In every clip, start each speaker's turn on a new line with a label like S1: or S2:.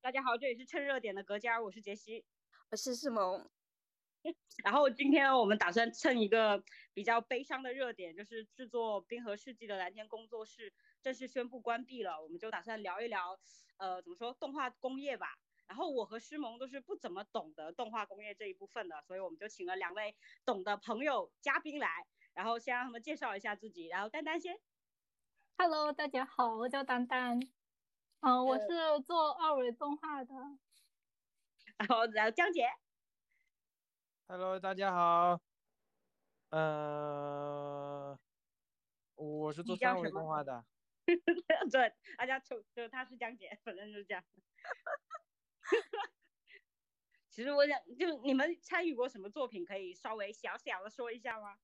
S1: 大家好，这里是趁热点的格家，我是杰西。
S2: 我是世萌，
S1: 然后今天我们打算蹭一个比较悲伤的热点，就是制作《冰河世纪》的蓝天工作室正式宣布关闭了。我们就打算聊一聊，呃，怎么说动画工业吧。然后我和诗萌都是不怎么懂得动画工业这一部分的，所以我们就请了两位懂的朋友嘉宾来，然后先让他们介绍一下自己。然后丹丹先，
S3: Hello，大家好，我叫丹丹，嗯、我是做二维动画的，
S1: 然后然后江姐，
S4: Hello，大家好。呃，我是做
S1: 你叫
S4: 三
S1: 什
S4: 维
S1: 么
S4: 动画的。嗯
S1: 对，大家就就她是江姐，反正就是这样。 其实我想，就你们参与过什么作品，可以稍微小小的说一下吗？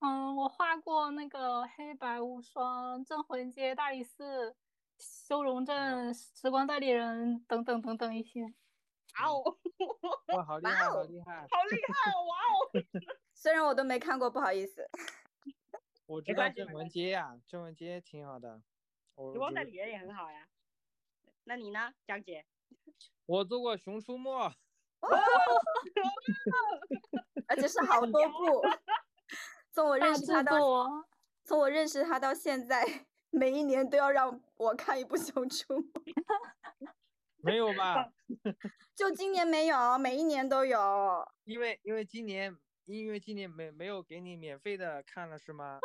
S3: 嗯，我画过那个《黑白无双》《镇魂街》《大理寺》《修容镇》《时光代理人》等等等等一些。
S1: 哇
S4: 嗯
S1: 哦，
S4: 哇，好厉
S2: 哇
S4: 害，好
S2: 哦
S4: 厉害！
S1: 好厉害哦！哇哦，
S2: 虽然我都没看过，不好意思。
S4: 我知
S1: 没
S4: 道
S1: 关系
S4: 郑
S1: 没
S4: 文
S1: 关
S4: 街呀，郑文街挺好的。我
S1: 时光
S4: 觉
S1: 代
S4: 得
S1: 理人也很好呀。那你呢，江姐？
S4: 我做过《熊出没》，
S2: 而且是好
S1: 啊
S2: 多部。 从我认识他
S3: 大制
S2: 到
S3: 作，
S2: 从我认识他到现在，每一年都要让我看一部《熊出没》，
S4: 没有 吧？
S2: 就今年没有，每一年都有。
S4: 因为因为今年因为今年没没有给你免费的看了是吗？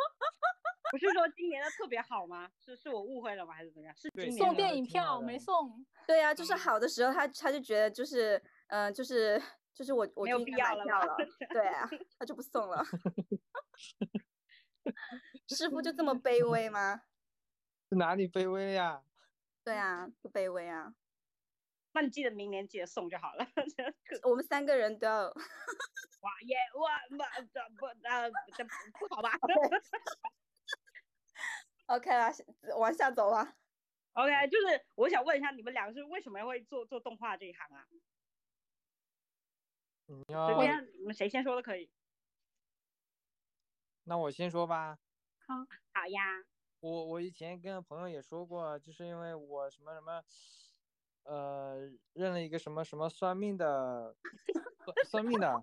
S1: 不是说今年的特别好吗？是是我误会了吗？还是怎么样？是今
S4: 对
S1: 年
S3: 送
S1: 的
S3: 电
S4: 还
S3: 影
S4: 挺好
S3: 票
S4: 的
S3: 没送，
S2: 对呀、就是好的时候他，他就觉得就是，嗯、就是就是我我
S1: 没
S2: 就
S1: 有
S2: 应
S1: 必
S2: 该
S1: 要
S2: 买
S1: 了
S2: 票
S1: 吧
S2: 了，对啊，他就不送了。 师傅就这
S1: 嗯
S2: 么卑微吗？
S4: 是哪里卑微了呀？
S2: 对啊，不卑微啊，
S1: 那你记得明年记得送就好了。
S2: 我们三个人都要
S1: 哇耶哇不不呃这不好吧
S2: OK 啦，往下走了。
S1: ？OK，就是我想问一下，你们两个是为什么会做做动画这一行啊？
S4: 你
S1: 随
S4: 要
S1: 便你们谁先说都可以。
S4: 那我先说吧。
S1: 好呀，
S4: 我我以前跟朋友也说过，啊就是因为我什么什么，呃，认了一个什么什么算命的，算算命的，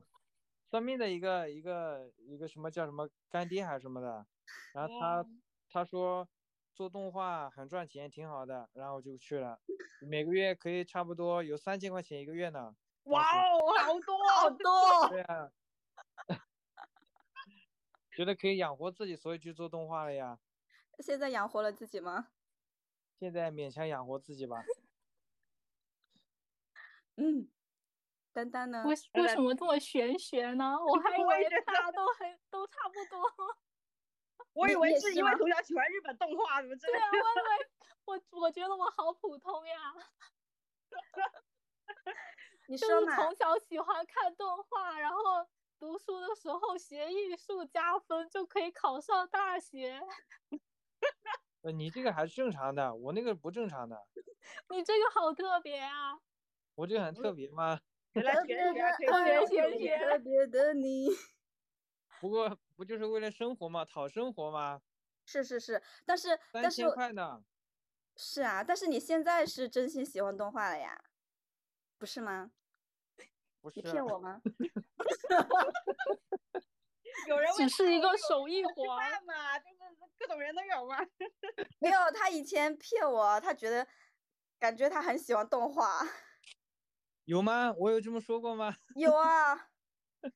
S4: 算命的一个一个一个什么叫什么干爹还是什么的，然后他他说做动画很赚钱，挺好的，然后我就去了，每个月可以差不多有三千块钱一个月呢。
S1: 哇哦，好多
S2: 好
S1: 哦，
S2: 多哦，
S4: 对啊，觉得可以养活自己，所以去做动画了呀。
S2: 现在养活了自己吗？
S4: 现在勉强养活自己吧。
S2: 嗯，丹丹呢？
S3: 为什
S1: 原
S3: 为
S1: 来
S3: 什么这么玄学呢？我还以
S1: 我也
S3: 为
S1: 觉得
S3: 大家都很都差不多。
S1: 我以
S2: 你
S1: 为
S2: 也
S1: 是
S2: 是
S1: 因为
S2: 吗
S1: 从小喜欢日本动画，怎么真
S3: 对
S1: 的
S3: 啊，我以为我我觉得我好普通呀，
S2: 你
S3: 就
S2: 说
S3: 是
S2: 嘛，
S3: 从小喜欢看动画，然后读书的时候学艺术加分就可以考上大学。
S4: 呃，你这个还是正常的，我那个不正常的，
S3: 你这个好特别啊！
S4: 我这个
S2: 嗯
S4: 很特别吗？
S1: 原来
S2: 特
S1: 学
S2: 别
S1: 学
S2: 的
S1: 可以
S3: 特别
S1: 学
S3: 学
S1: 学
S3: 学
S1: 学。
S2: 特别的你。
S4: 不过不就是为了生活嘛，讨生活嘛，
S2: 是是是，但是
S4: 三
S2: 但是
S4: 千
S2: 我
S4: 块呢。
S2: 是啊，但是你现在是真心喜欢动画了呀，不是吗？
S4: 不是啊
S2: 你，骗我吗？
S1: 有人
S3: 只
S1: 问
S3: 是一个手
S1: 有
S3: 艺
S1: 人吃
S3: 活儿，
S1: 饭嘛，就是各种人都有嘛。
S2: 没有，他以前骗我，他觉得感觉他很喜欢动画。
S4: 有吗？我有这么说过吗？
S2: 有啊，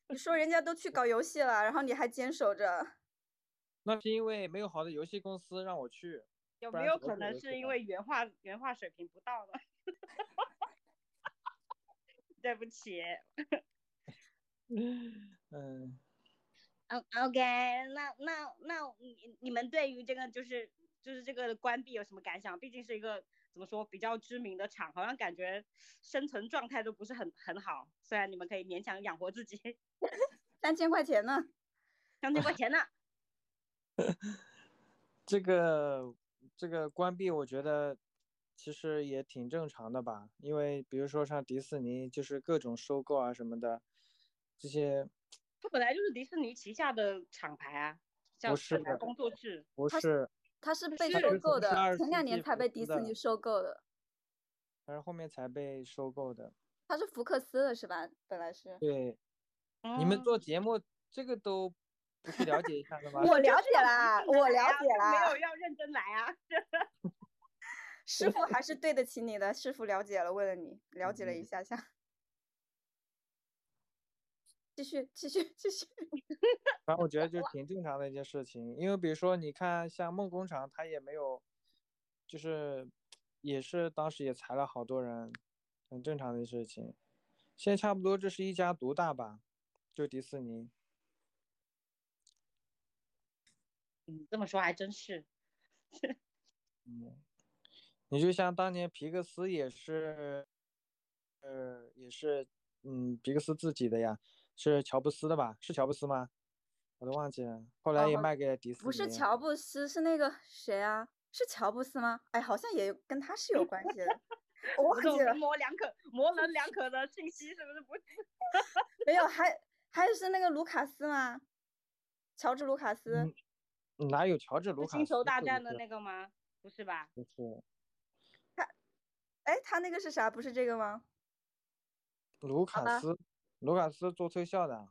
S2: 你说人家都去搞游戏了，然后你还坚守着。
S4: 那是因为没有好的游戏公司让我去。
S1: 有
S4: 不
S1: 没
S4: 然
S1: 有
S4: 怎么
S1: 可
S4: 会有
S1: 能
S4: 人
S1: 是
S4: 喜
S1: 因
S4: 欢
S1: 为原画原画水平不到呢？ 对不起，
S4: 嗯，
S1: 嗯，OK，那那那你你们对于这个就是就是这个关闭有什么感想？毕竟是一个怎么说比较知名的厂，好像感觉生存状态都不是很很好。虽然你们可以勉强养活自己，
S2: 三千块钱呢？
S1: 三千块钱呢？
S4: 这个这个关闭，我觉得其实也挺正常的吧，因为比如说像迪士尼，就是各种收购啊什么的，这些
S1: 它本来就是迪士尼旗下的厂牌啊，叫
S4: 不是
S1: 本来
S4: 的
S1: 工作室。
S4: 不
S2: 它
S4: 是
S2: 他是被
S1: 是
S2: 收
S4: 从
S2: 购的，
S4: 12
S2: 前两
S4: 世纪
S2: 年才
S4: 复
S2: 被迪
S4: 苏
S2: 士尼
S4: 的
S2: 收购的。
S4: 但是后面才被收购的。
S2: 他是福克斯的是吧？本 来是。
S4: 对，你
S2: 哦
S1: 嗯
S4: 们做节目这个都不去了解一 下的吗？
S2: 我了解啦，我了解
S1: 啊没
S2: 啦
S1: 有，要认真来啊。
S2: 师傅还是对得起你的，师傅了解了，为了你了解了一
S4: 嗯
S2: 下下。继续，继续，继续。
S4: 反正我觉得就是挺正常的一件事情，因为比如说你看像梦工厂，它也没有，就是也是当时也裁了好多人，很正常的事情。现在差不多这是一家独大吧，就迪士尼。
S1: 嗯，这么说还真是。
S4: 嗯，你就像当年皮克斯也是，呃，也是，嗯，皮克斯自己的呀，是乔布斯的吧？是乔布斯吗？我都忘记了，后来也
S2: 哦
S4: 卖给了迪士尼。
S2: 不是乔布斯，是那个谁啊？是乔布斯吗？哎，好像也有跟他是有关系的， 我
S1: 我
S2: 忘
S1: 这
S2: 记
S1: 种
S2: 了
S1: 模。棱两可、模棱两可的信息是不是不？
S2: 没有，还还是那个卢卡斯吗？乔治·卢卡斯，
S4: 嗯哪有乔治卢
S1: 是
S4: 卡斯？
S1: 星球大战的
S4: 个
S1: 那个吗？不是吧？
S4: 不是
S2: 哎，他那个是啥？不是这个吗？
S4: 卢卡
S2: 吧
S4: 斯，卢卡斯做特效的，啊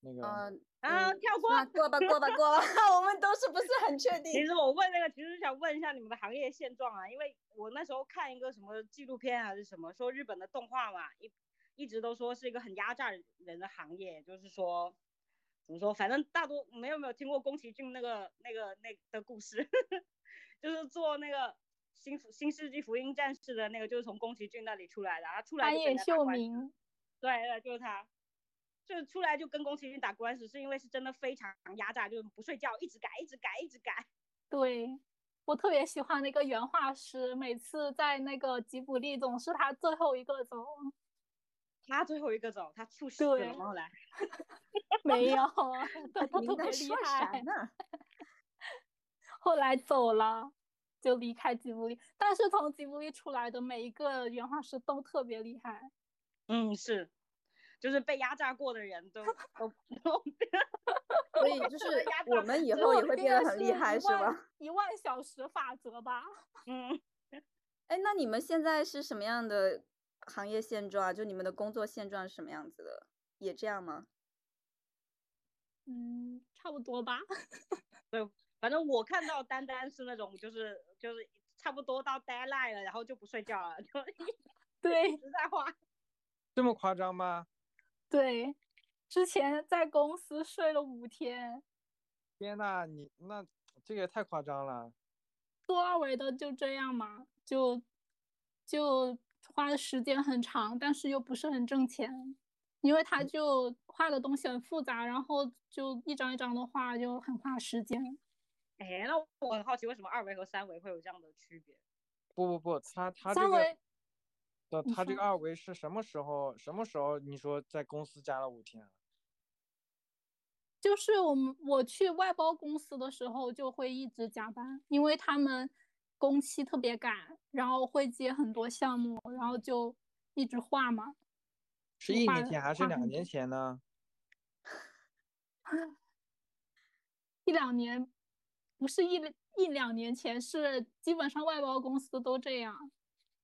S4: 那个、
S2: 嗯
S1: 啊，
S2: 嗯
S1: 跳过。
S2: 算了过吧，过吧，过吧。 我们都是不是很确
S1: 其
S2: 定？
S1: 实我问那个，其实想问一下你们的行业现状啊，因为我那时候看一个什么纪录片啊还是什么，说日本的动画嘛，一一直都说是一个很压榨人的行业，就是说怎么说，反正大多没有没有听过宫崎骏那个那个那的故事， 就是做那个新福新世纪福音战士的那个，就是从宫崎骏那里出来的，他出来
S3: 安
S1: 就跟
S3: 野
S1: 人家打
S3: 秀
S1: 官司
S3: 明，
S1: 对对，就是他，就出来就跟宫崎骏打官司，是因为是真的非常压榨，就是不睡觉，一直改，一直改，一直改。
S3: 对，我特别喜欢那个原画师，每次在那个吉卜力总是他最后一个 走，
S1: 他最后一个走，他猝死
S3: 对
S1: 了吗？后来
S3: 没 有，他他
S2: 你
S3: 特别
S2: 们在
S3: 厉
S2: 说啥
S3: 害，
S2: 呢？
S3: 后来走了。就离开吉卜力，但是从吉卜力出来的每一个原画师都特别厉害，
S1: 嗯，是，就是被压榨过的人都都都
S2: 所以就是
S1: 被压
S2: 我
S1: 榨
S2: 们以
S3: 以
S2: 后也会变得很厉害，
S3: 是
S2: 是
S3: 一万
S2: 吧？？
S3: 一万小时法则吧，
S1: 嗯，
S2: 哎，那你们现在是什么样的行业现状啊？就你们的工作现状是什么样子的？也这样吗？
S3: 嗯，差不多 吧。
S1: 反正我看到丹丹是那种就是就是差不多到 deadline 了，然后就不睡觉了， 就一
S3: 对
S1: 直在画。
S4: 这么夸张吗？
S3: 对，之前在公司睡了五天，
S4: 天呐，你那这个也太夸张了。
S3: 做二维的就这样嘛，就就花的时间很长，但是又不是很挣钱，因为
S2: 嗯
S3: 他就画的东西很复杂，然后就一张一张的画，就很花时间。
S1: 哎，那我很好奇，为什么二维和三维会有这样的区别？
S4: 不不不，他他这
S3: 三
S4: 个
S3: 维，
S4: 呃，
S3: 你
S4: 他这个
S3: 说
S4: 二维是什么时候？什么时候你说在公司加了五天啊？
S3: 就是我们我去外包公司的时候就会一直加班，因为他们工期特别赶，然后会接很多项目，然后就一直画嘛。
S4: 是
S3: 就
S4: 一
S3: 花
S4: 年
S3: 了
S4: 前还是
S3: 花
S4: 两
S3: 很
S4: 年
S3: 多
S4: 前呢？
S3: 一两年，不是一一两年前，是基本上外包公司都这样。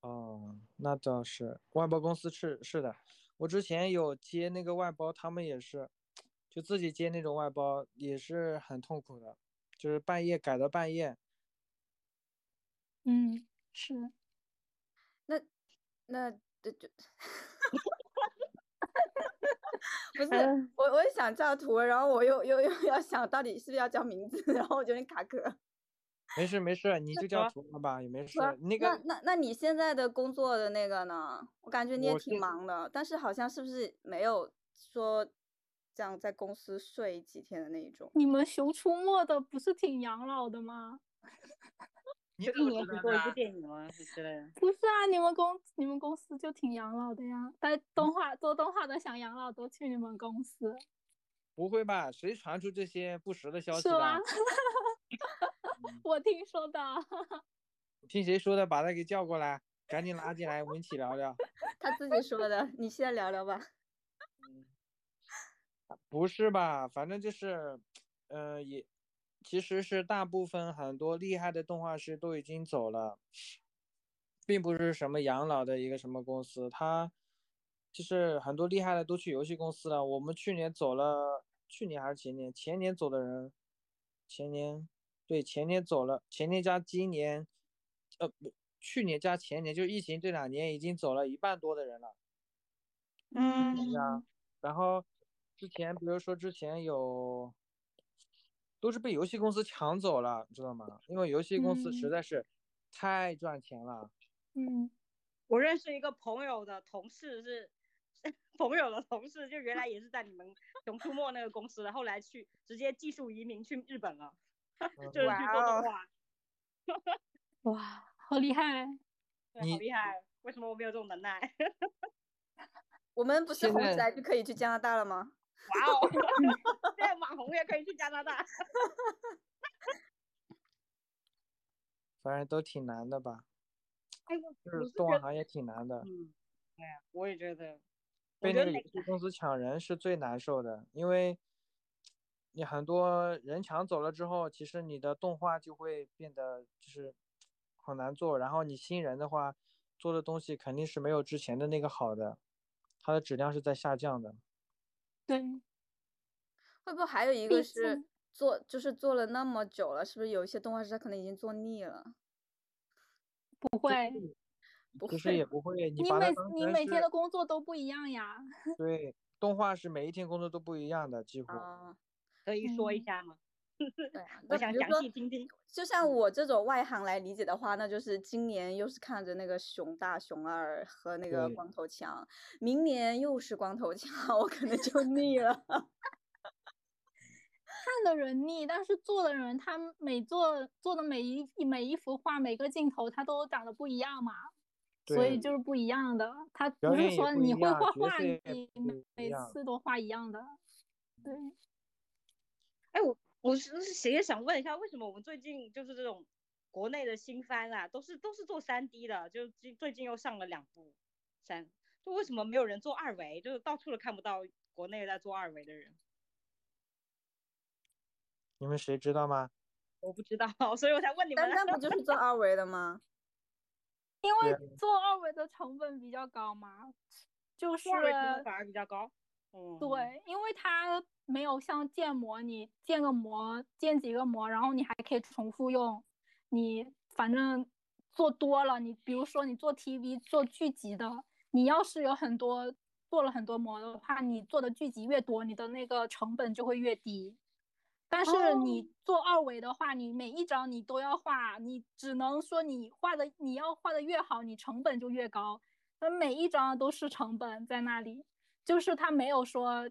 S4: 哦，那倒是，外包公司是是的，我之前有接那个外包，他们也是，就自己接那种外包也是很痛苦的，就是半夜改到半夜。
S3: 嗯，是
S2: 那那这 就不是
S3: 嗯
S2: 我，我也想叫图，然后我又又又要想到底是不是要叫名字， 然后我就有点卡壳。
S4: 没事没事，你就叫
S1: 啊
S4: 图了吧，也没事
S2: 不是。
S4: 那个
S2: 那那那你现在的工作的那个呢？我感觉你也
S4: 我
S2: 挺
S4: 现
S2: 忙的，但是好像是不是没有说这样在公司睡几天的那一种？
S3: 你们《熊出没》的不是挺养老的吗？
S4: 你
S1: 就
S4: 怎
S1: 一
S4: 么
S1: 年
S4: 知
S1: 只
S4: 道
S1: 做一
S4: 的
S1: 部
S4: 啊
S1: 电影吗？之类的。
S3: 不是啊，你们公你们公司就挺养老的呀。但动画做动画的想养老都去你们公司，
S4: 不会吧？谁传出这些不实的消息
S3: 是
S4: 的？
S3: 吗？我听说的。
S4: 听谁说的？把他给叫过来，赶紧拉进来，我们一起聊聊。
S2: 他自己说的，你现在聊聊吧。
S4: 不是吧？反正就是，呃，也其实是大部分很多厉害的动画师都已经走了，并不是什么养老的一个什么公司，它就是很多厉害的都去游戏公司了。我们去年走了，去年还是前年，前年走的人，前年对前年走了，前年加今年，呃不，去年加前年，就疫情这两年已经走了一半多的人了。
S1: 嗯，
S4: 啊，然后之前比如说之前有，都是被游戏公司抢走了，知道吗？因为游戏公司实
S3: 嗯
S4: 在是太赚钱 了。
S3: 嗯，
S1: 我认识一个朋友的同事是， 朋友的同事就原来也是在你们熊出没那个公司的，后来去直接技术移民去日本了，
S4: 嗯
S1: 就是去做
S2: 哇
S1: 动
S2: 哦
S1: 画，
S3: 哇，好厉害！
S1: 对，好
S4: 你
S1: 厉害。为什么我没有这种能耐？
S2: 我们不是
S4: 现
S2: 红
S4: 在
S2: 起来就可以去加拿大了吗？
S1: 哇哦，现在网红也可以去加拿大。
S4: 反正都挺难的吧，
S1: 哎，我
S4: 就
S1: 我
S4: 是
S1: 是
S4: 动
S1: 觉
S4: 画
S1: 得，
S4: 行业挺难的，
S1: 嗯，对呀，我也觉得，我
S4: 被
S1: 觉
S4: 那
S1: 得
S4: 个
S1: 每
S4: 游戏公司抢人是最难受的，因为你很多人抢走了之后，其实你的动画就会变得就是很难做，然后你新人的话做的东西肯定是没有之前的那个好的，它的质量是在下降的。
S3: 对，
S2: 会不会还有一个
S3: 毕
S2: 是
S3: 竟
S2: 做就是做了那么久了，是不是有一些动画师他可能已经做腻了？
S3: 不会，
S2: 不
S4: 其实
S2: 会
S4: 也不会，你
S3: 你
S4: 把它
S3: 每
S4: 当
S3: 你
S4: 成
S3: 每
S4: 是
S3: 天的工作都不一样呀。
S4: 对动画是每一天工作都不一样的，几乎。
S2: 啊、
S1: 可以说一
S3: 嗯
S1: 下吗？
S2: 对啊，
S1: 我
S2: 那
S1: 想
S2: 比如
S1: 详
S2: 说
S1: 细听听。
S2: 就像
S1: 嗯
S2: 我这种外行来理解的话，那就是今年又是看着那个熊大、熊二和那个
S4: 对
S2: 光头强，明年又是光头强，我 可能就腻了。
S3: 看的人腻，但是做的人，他们每做做的每一每一幅画，每个镜头，他都长得不一样嘛，所以
S4: 对
S3: 就是不一样的。他
S4: 表
S3: 不
S4: 演
S3: 是
S4: 也
S3: 说
S4: 不一
S3: 你会
S4: 样
S3: 画
S4: 角
S3: 画，
S4: 色
S3: 你
S4: 也不
S3: 每
S4: 一
S3: 每
S4: 样
S3: 次都画一样的。对，
S1: 哎，我我是谁也想问一下，为什么我们最近就是这种国内的新番啊，都是都是做三 D 的，就最最近又上了两部三，就为什么没有人做二维？就是到处都看不到国内在做二维的人，
S4: 你们谁知道吗？
S1: 我不知道， 所以我才问你们
S2: 丹
S1: 啊。
S2: 丹不就是做二维的吗？
S3: 因
S4: 对
S3: 为做二维的成本比较高嘛，就是
S1: 做二维成本反而比较高。嗯，
S3: 对，因为它没有像建模，你建个模，建几个模，然后你还可以重复用，你反正做多了，你比如说你做 TV 做剧集的，你要是有很多做了很多模的话，你做的剧集越多，你的那个成本就会越低。但是
S4: 哦
S3: 你做二维的话，你每一张你都要画，你只能说你画的你要画的越好，你成本就越高。那每一张都是成本在那里，就是它没有说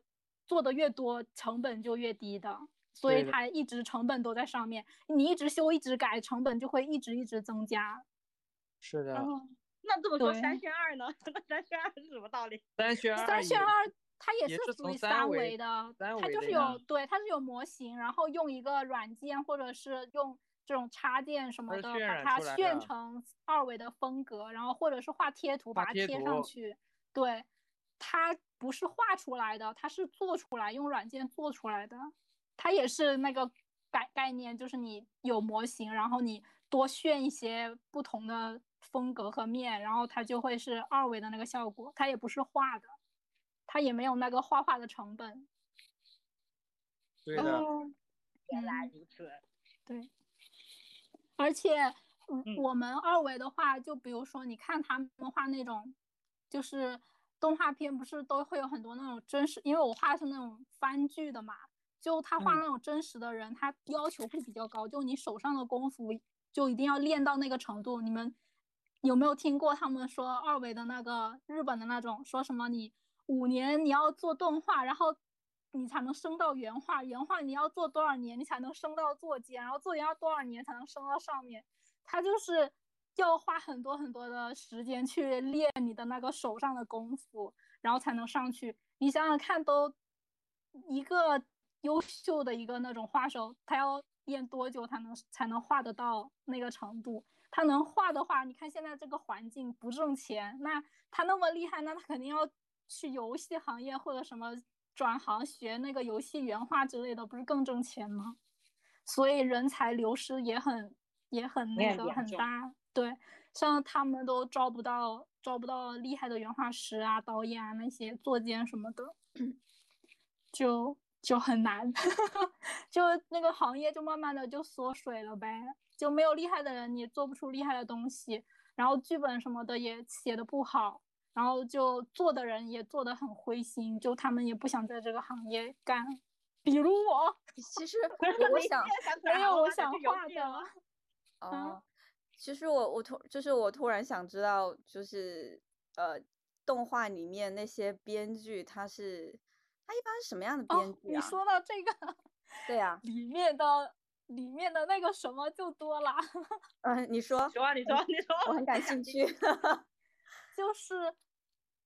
S3: 做的越多成本就越低的，所
S4: 对
S3: 以
S4: 的
S3: 它一直成本都在上面。你一直修一直改，成本就会一直一直增加。
S4: 是的，
S3: 嗯
S1: 那这么说
S3: 对
S1: 三选二呢？ 那三选二是什么道理？
S4: 三选二
S3: 三选
S4: 也
S3: 二它也
S4: 也
S3: 是
S4: 是
S3: 属
S4: 从
S3: 于
S4: 三
S3: 三
S4: 维
S3: 维的，
S4: 三
S3: 它
S4: 维
S3: 就
S4: 的
S3: 是有
S4: 呀
S3: 对，它是有模型，然后用一个软件或者是用这种插件什么
S4: 是
S3: 的
S4: 渲
S3: 把
S4: 染
S3: 它
S4: 出来
S3: 渲
S4: 的
S3: 成二维的风格，然后或者是画贴图
S4: 画
S3: 把它
S4: 贴
S3: 贴上
S4: 图
S3: 去。对，它不是画出来的，它是做出来，用软件做出来的。它也是那个概概念，就是你有模型，然后你多炫一些不同的风格和面，然后它就会是二维的那个效果。它也不是画的，它也没有那个画画的成本。
S4: 对的，
S1: 哦原来
S3: 哦嗯
S1: 如此。
S3: 对，而且嗯
S1: 嗯
S3: 我们二维的话，就比如说你看他们画那种，就是动画片，不是都会有很多那种真实，因为我画的是那种番剧的嘛，就他画
S4: 嗯
S3: 那种真实的人，他要求会比较高，就你手上的功夫就一定要练到那个程度。你们有没有听过他们说二维的那个日本的那种，说什么你五年你要做动画，然后你才能升到原画，原画你要做多少年你才能升到座间，然后座间要多少年才能升到上面？他就是要花很多很多的时间去练你的那个手上的功夫，然后才能上去。你想想看，都一个优秀的一个那种画手，他要练多久才能才能画得到那个程度？他能画的话，你看现在这个环境不挣钱，那他那么厉害，那他肯定要去游戏行业或者什么转行学那个游戏原画之类的，不是更挣钱吗？所以人才流失也很也很
S1: 也
S3: 那
S1: 很
S3: 个
S1: 严
S3: 很
S1: 重
S3: 大，对，像他们都招不到招不到厉害的原画师啊、导演啊那些作监什么的，就就很难， 就那个行业就慢慢的就缩水了呗，就没有厉害的人，你做不出厉害的东西，然后剧本什么的也写的不好，然后就做的人也做的很灰心，就他们也不想在这个行业干，比如我，
S2: 其实我我想，
S3: 没
S1: 啊
S3: 有哎我想
S1: 有
S3: 画的。
S2: 哦，其实我我突就是我突然想知道，就是呃，动画里面那些编剧他是他一般是什么样的编
S3: 哦，
S2: 剧
S3: 你
S2: 啊？
S3: 说到这个
S2: 对呀、
S3: 里面的里面的那个什么就多了，
S2: 嗯、你说，
S1: 说啊，你说，你
S2: 我
S1: 说，
S2: 很感兴趣。
S3: 就是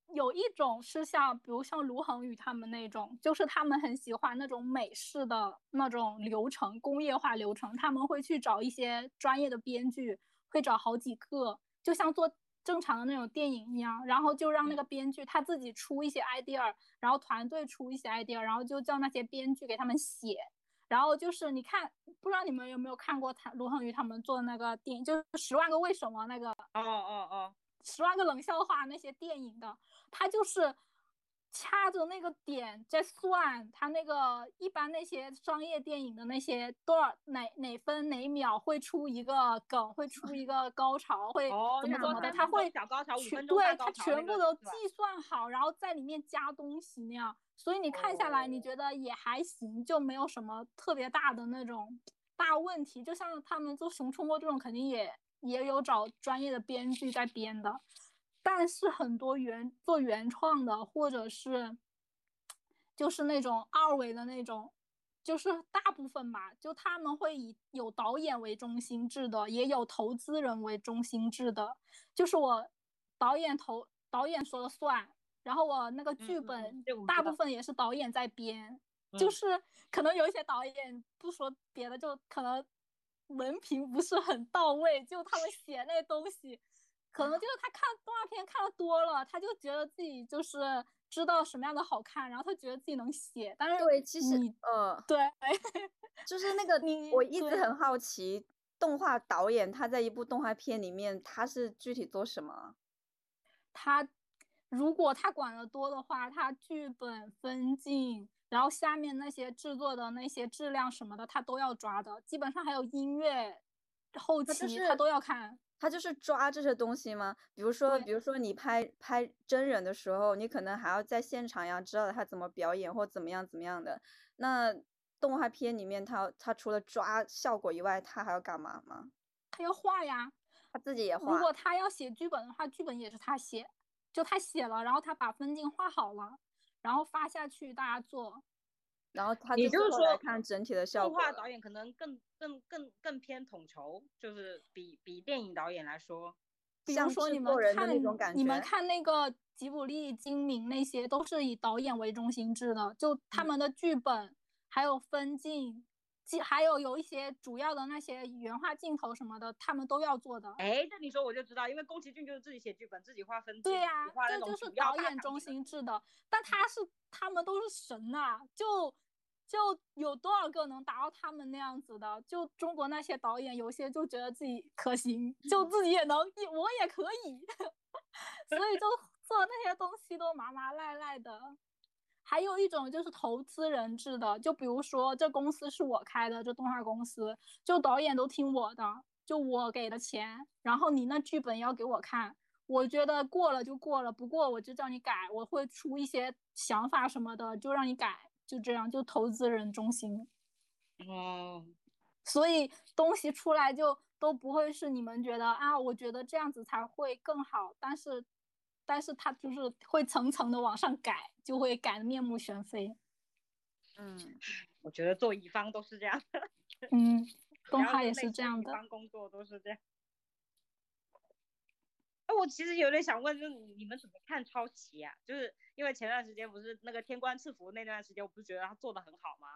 S3: 有一种是像比如像卢恒宇他们那种，就是他们很喜欢那种美式的那种流程，工业化流程，他们会去找一些专业的编剧，会找好几个，就像做。正常的那种电影一样，然后就让那个编剧他自己出一些 idea，然后团队出一些 idea，然后就叫那些编剧给他们写，然后就是你看，不知道你们有没有看过他卢恒宇他们做的那个电影，就是《十万个为什么》那个
S1: 哦哦哦，
S3: 十万个冷笑话那些电影的，他就是掐着那个点在算，他那个一般那些商业电影的那些多少哪哪分哪秒会出一个梗，会出一个高潮，会
S1: 哦
S3: 怎
S1: 你
S3: 么怎
S1: 说
S3: 么的，
S1: 他
S3: 他
S1: 那种
S3: 会
S1: 小高潮五
S3: 全
S1: 分钟大
S3: 对
S1: 高
S3: 他
S1: 潮
S3: 全
S1: 那
S3: 部
S1: 个
S3: 都
S1: 是吧
S3: 计算好，然后在里面加东西那样。所以你看下来，你
S1: 哦
S3: 觉得也还行，就没有什么特别大的那种大问题。就像他们做《熊出没》这种，肯定也也有找专业的编剧在编的，但是很多原做原创的，或者是就是那种二维的那种，就是大部分嘛，就他们会以有导演为中心制的，也有投资人为中心制的，就是我导演投导演说了算，然后我那个
S1: 嗯
S3: 剧
S1: 嗯
S3: 本、
S1: 这个我知
S3: 大
S1: 道
S3: 部分也是导演在编，就
S4: 嗯
S3: 是可能有一些导演不说别的，就可能文凭不是很到位，就他们写那东西，可能就是他看动画片看的多了，他就觉得自己就是知道什么样的好看，然后他觉得自己能写，但是
S2: 对，其实
S3: 你
S2: 呃，
S3: 对
S2: 就是那个我一直
S3: 对
S2: 很好奇，动画导演他在一部动画片里面他是具体做什么啊？
S3: 他如果他管的多的话，他剧本分镜，然后下面那些制作的那些质量什么的，他都要抓的，基本上还有音乐后
S2: 啊他就
S3: 期
S2: 是
S3: 他都要看。
S2: 他就是抓这些东西吗？比如说，
S3: 对
S2: 比如说你拍拍真人的时候，你可能还要在现场呀，知道他怎么表演或怎么样怎么样的。那动画片里面他，他除了抓效果以外，他还要干嘛吗？
S3: 他要画呀，
S2: 他自己也
S3: 如
S2: 画
S3: 果他要写剧本的话，剧本也是他写，就他写了，然后他把分镜画好了，然后发下去大家做。
S2: 然后他
S1: 也
S2: 最
S1: 就是
S2: 后来
S1: 说
S2: 看整体的效
S1: 动
S2: 果
S1: 画
S2: 了
S1: 导演可能更更更更偏统筹，就是比比电影导演来说，
S3: 比
S2: 像
S3: 如说
S2: 制
S3: 你们
S2: 作人的
S3: 看
S2: 那种感
S3: 你们
S2: 觉
S3: 看那个吉卜力、精明那些，都是以导演为中心制的，就他
S1: 嗯
S3: 们的剧本，还有分镜，记还有有一些主要的那些原画镜头什么的，他们都要做的。
S1: 哎，这你说我就知道，因为宫崎骏就是自己写剧本，自己画分镜，
S3: 对
S1: 自己
S3: 呀、
S1: 画那
S3: 这
S1: 种
S3: 就是
S1: 主要
S3: 导
S1: 大
S3: 演
S1: 场景的
S3: 中
S1: 嗯
S3: 心制的，但他是他们都是神呐、就就有多少个能达到他们那样子的？就中国那些导演，有些就觉得自己可行，
S1: 嗯
S3: 就自己也能，也我也可以， 所以就做那些东西都麻麻赖赖的。还有一种就是投资人制的，就比如说这公司是我开的，这动画公司，就导演都听我的，就我给的钱，然后你那剧本要给我看，我觉得过了就过了，不过我就叫你改，我会出一些想法什么的，就让你改，就这样，就投资人中心，
S1: 哦，
S3: 所以东西出来就都不会是你们觉得啊，我觉得这样子才会更好，但是，但是它就是会层层的往上改，就会改得面目全非。
S2: 嗯，
S1: 我觉得做乙方都是这样的，
S3: 嗯， 动
S1: 然后
S3: 画
S1: 就
S3: 也
S1: 类
S3: 是
S1: 似
S3: 这
S1: 于
S3: 样
S1: 乙
S3: 的。
S1: 方工作都是这样。哎，我其实有点想问，就是你你们怎么看抄袭啊？就是因为前段时间不是那个天官赐福那段时间，我不是觉得他做的很好吗？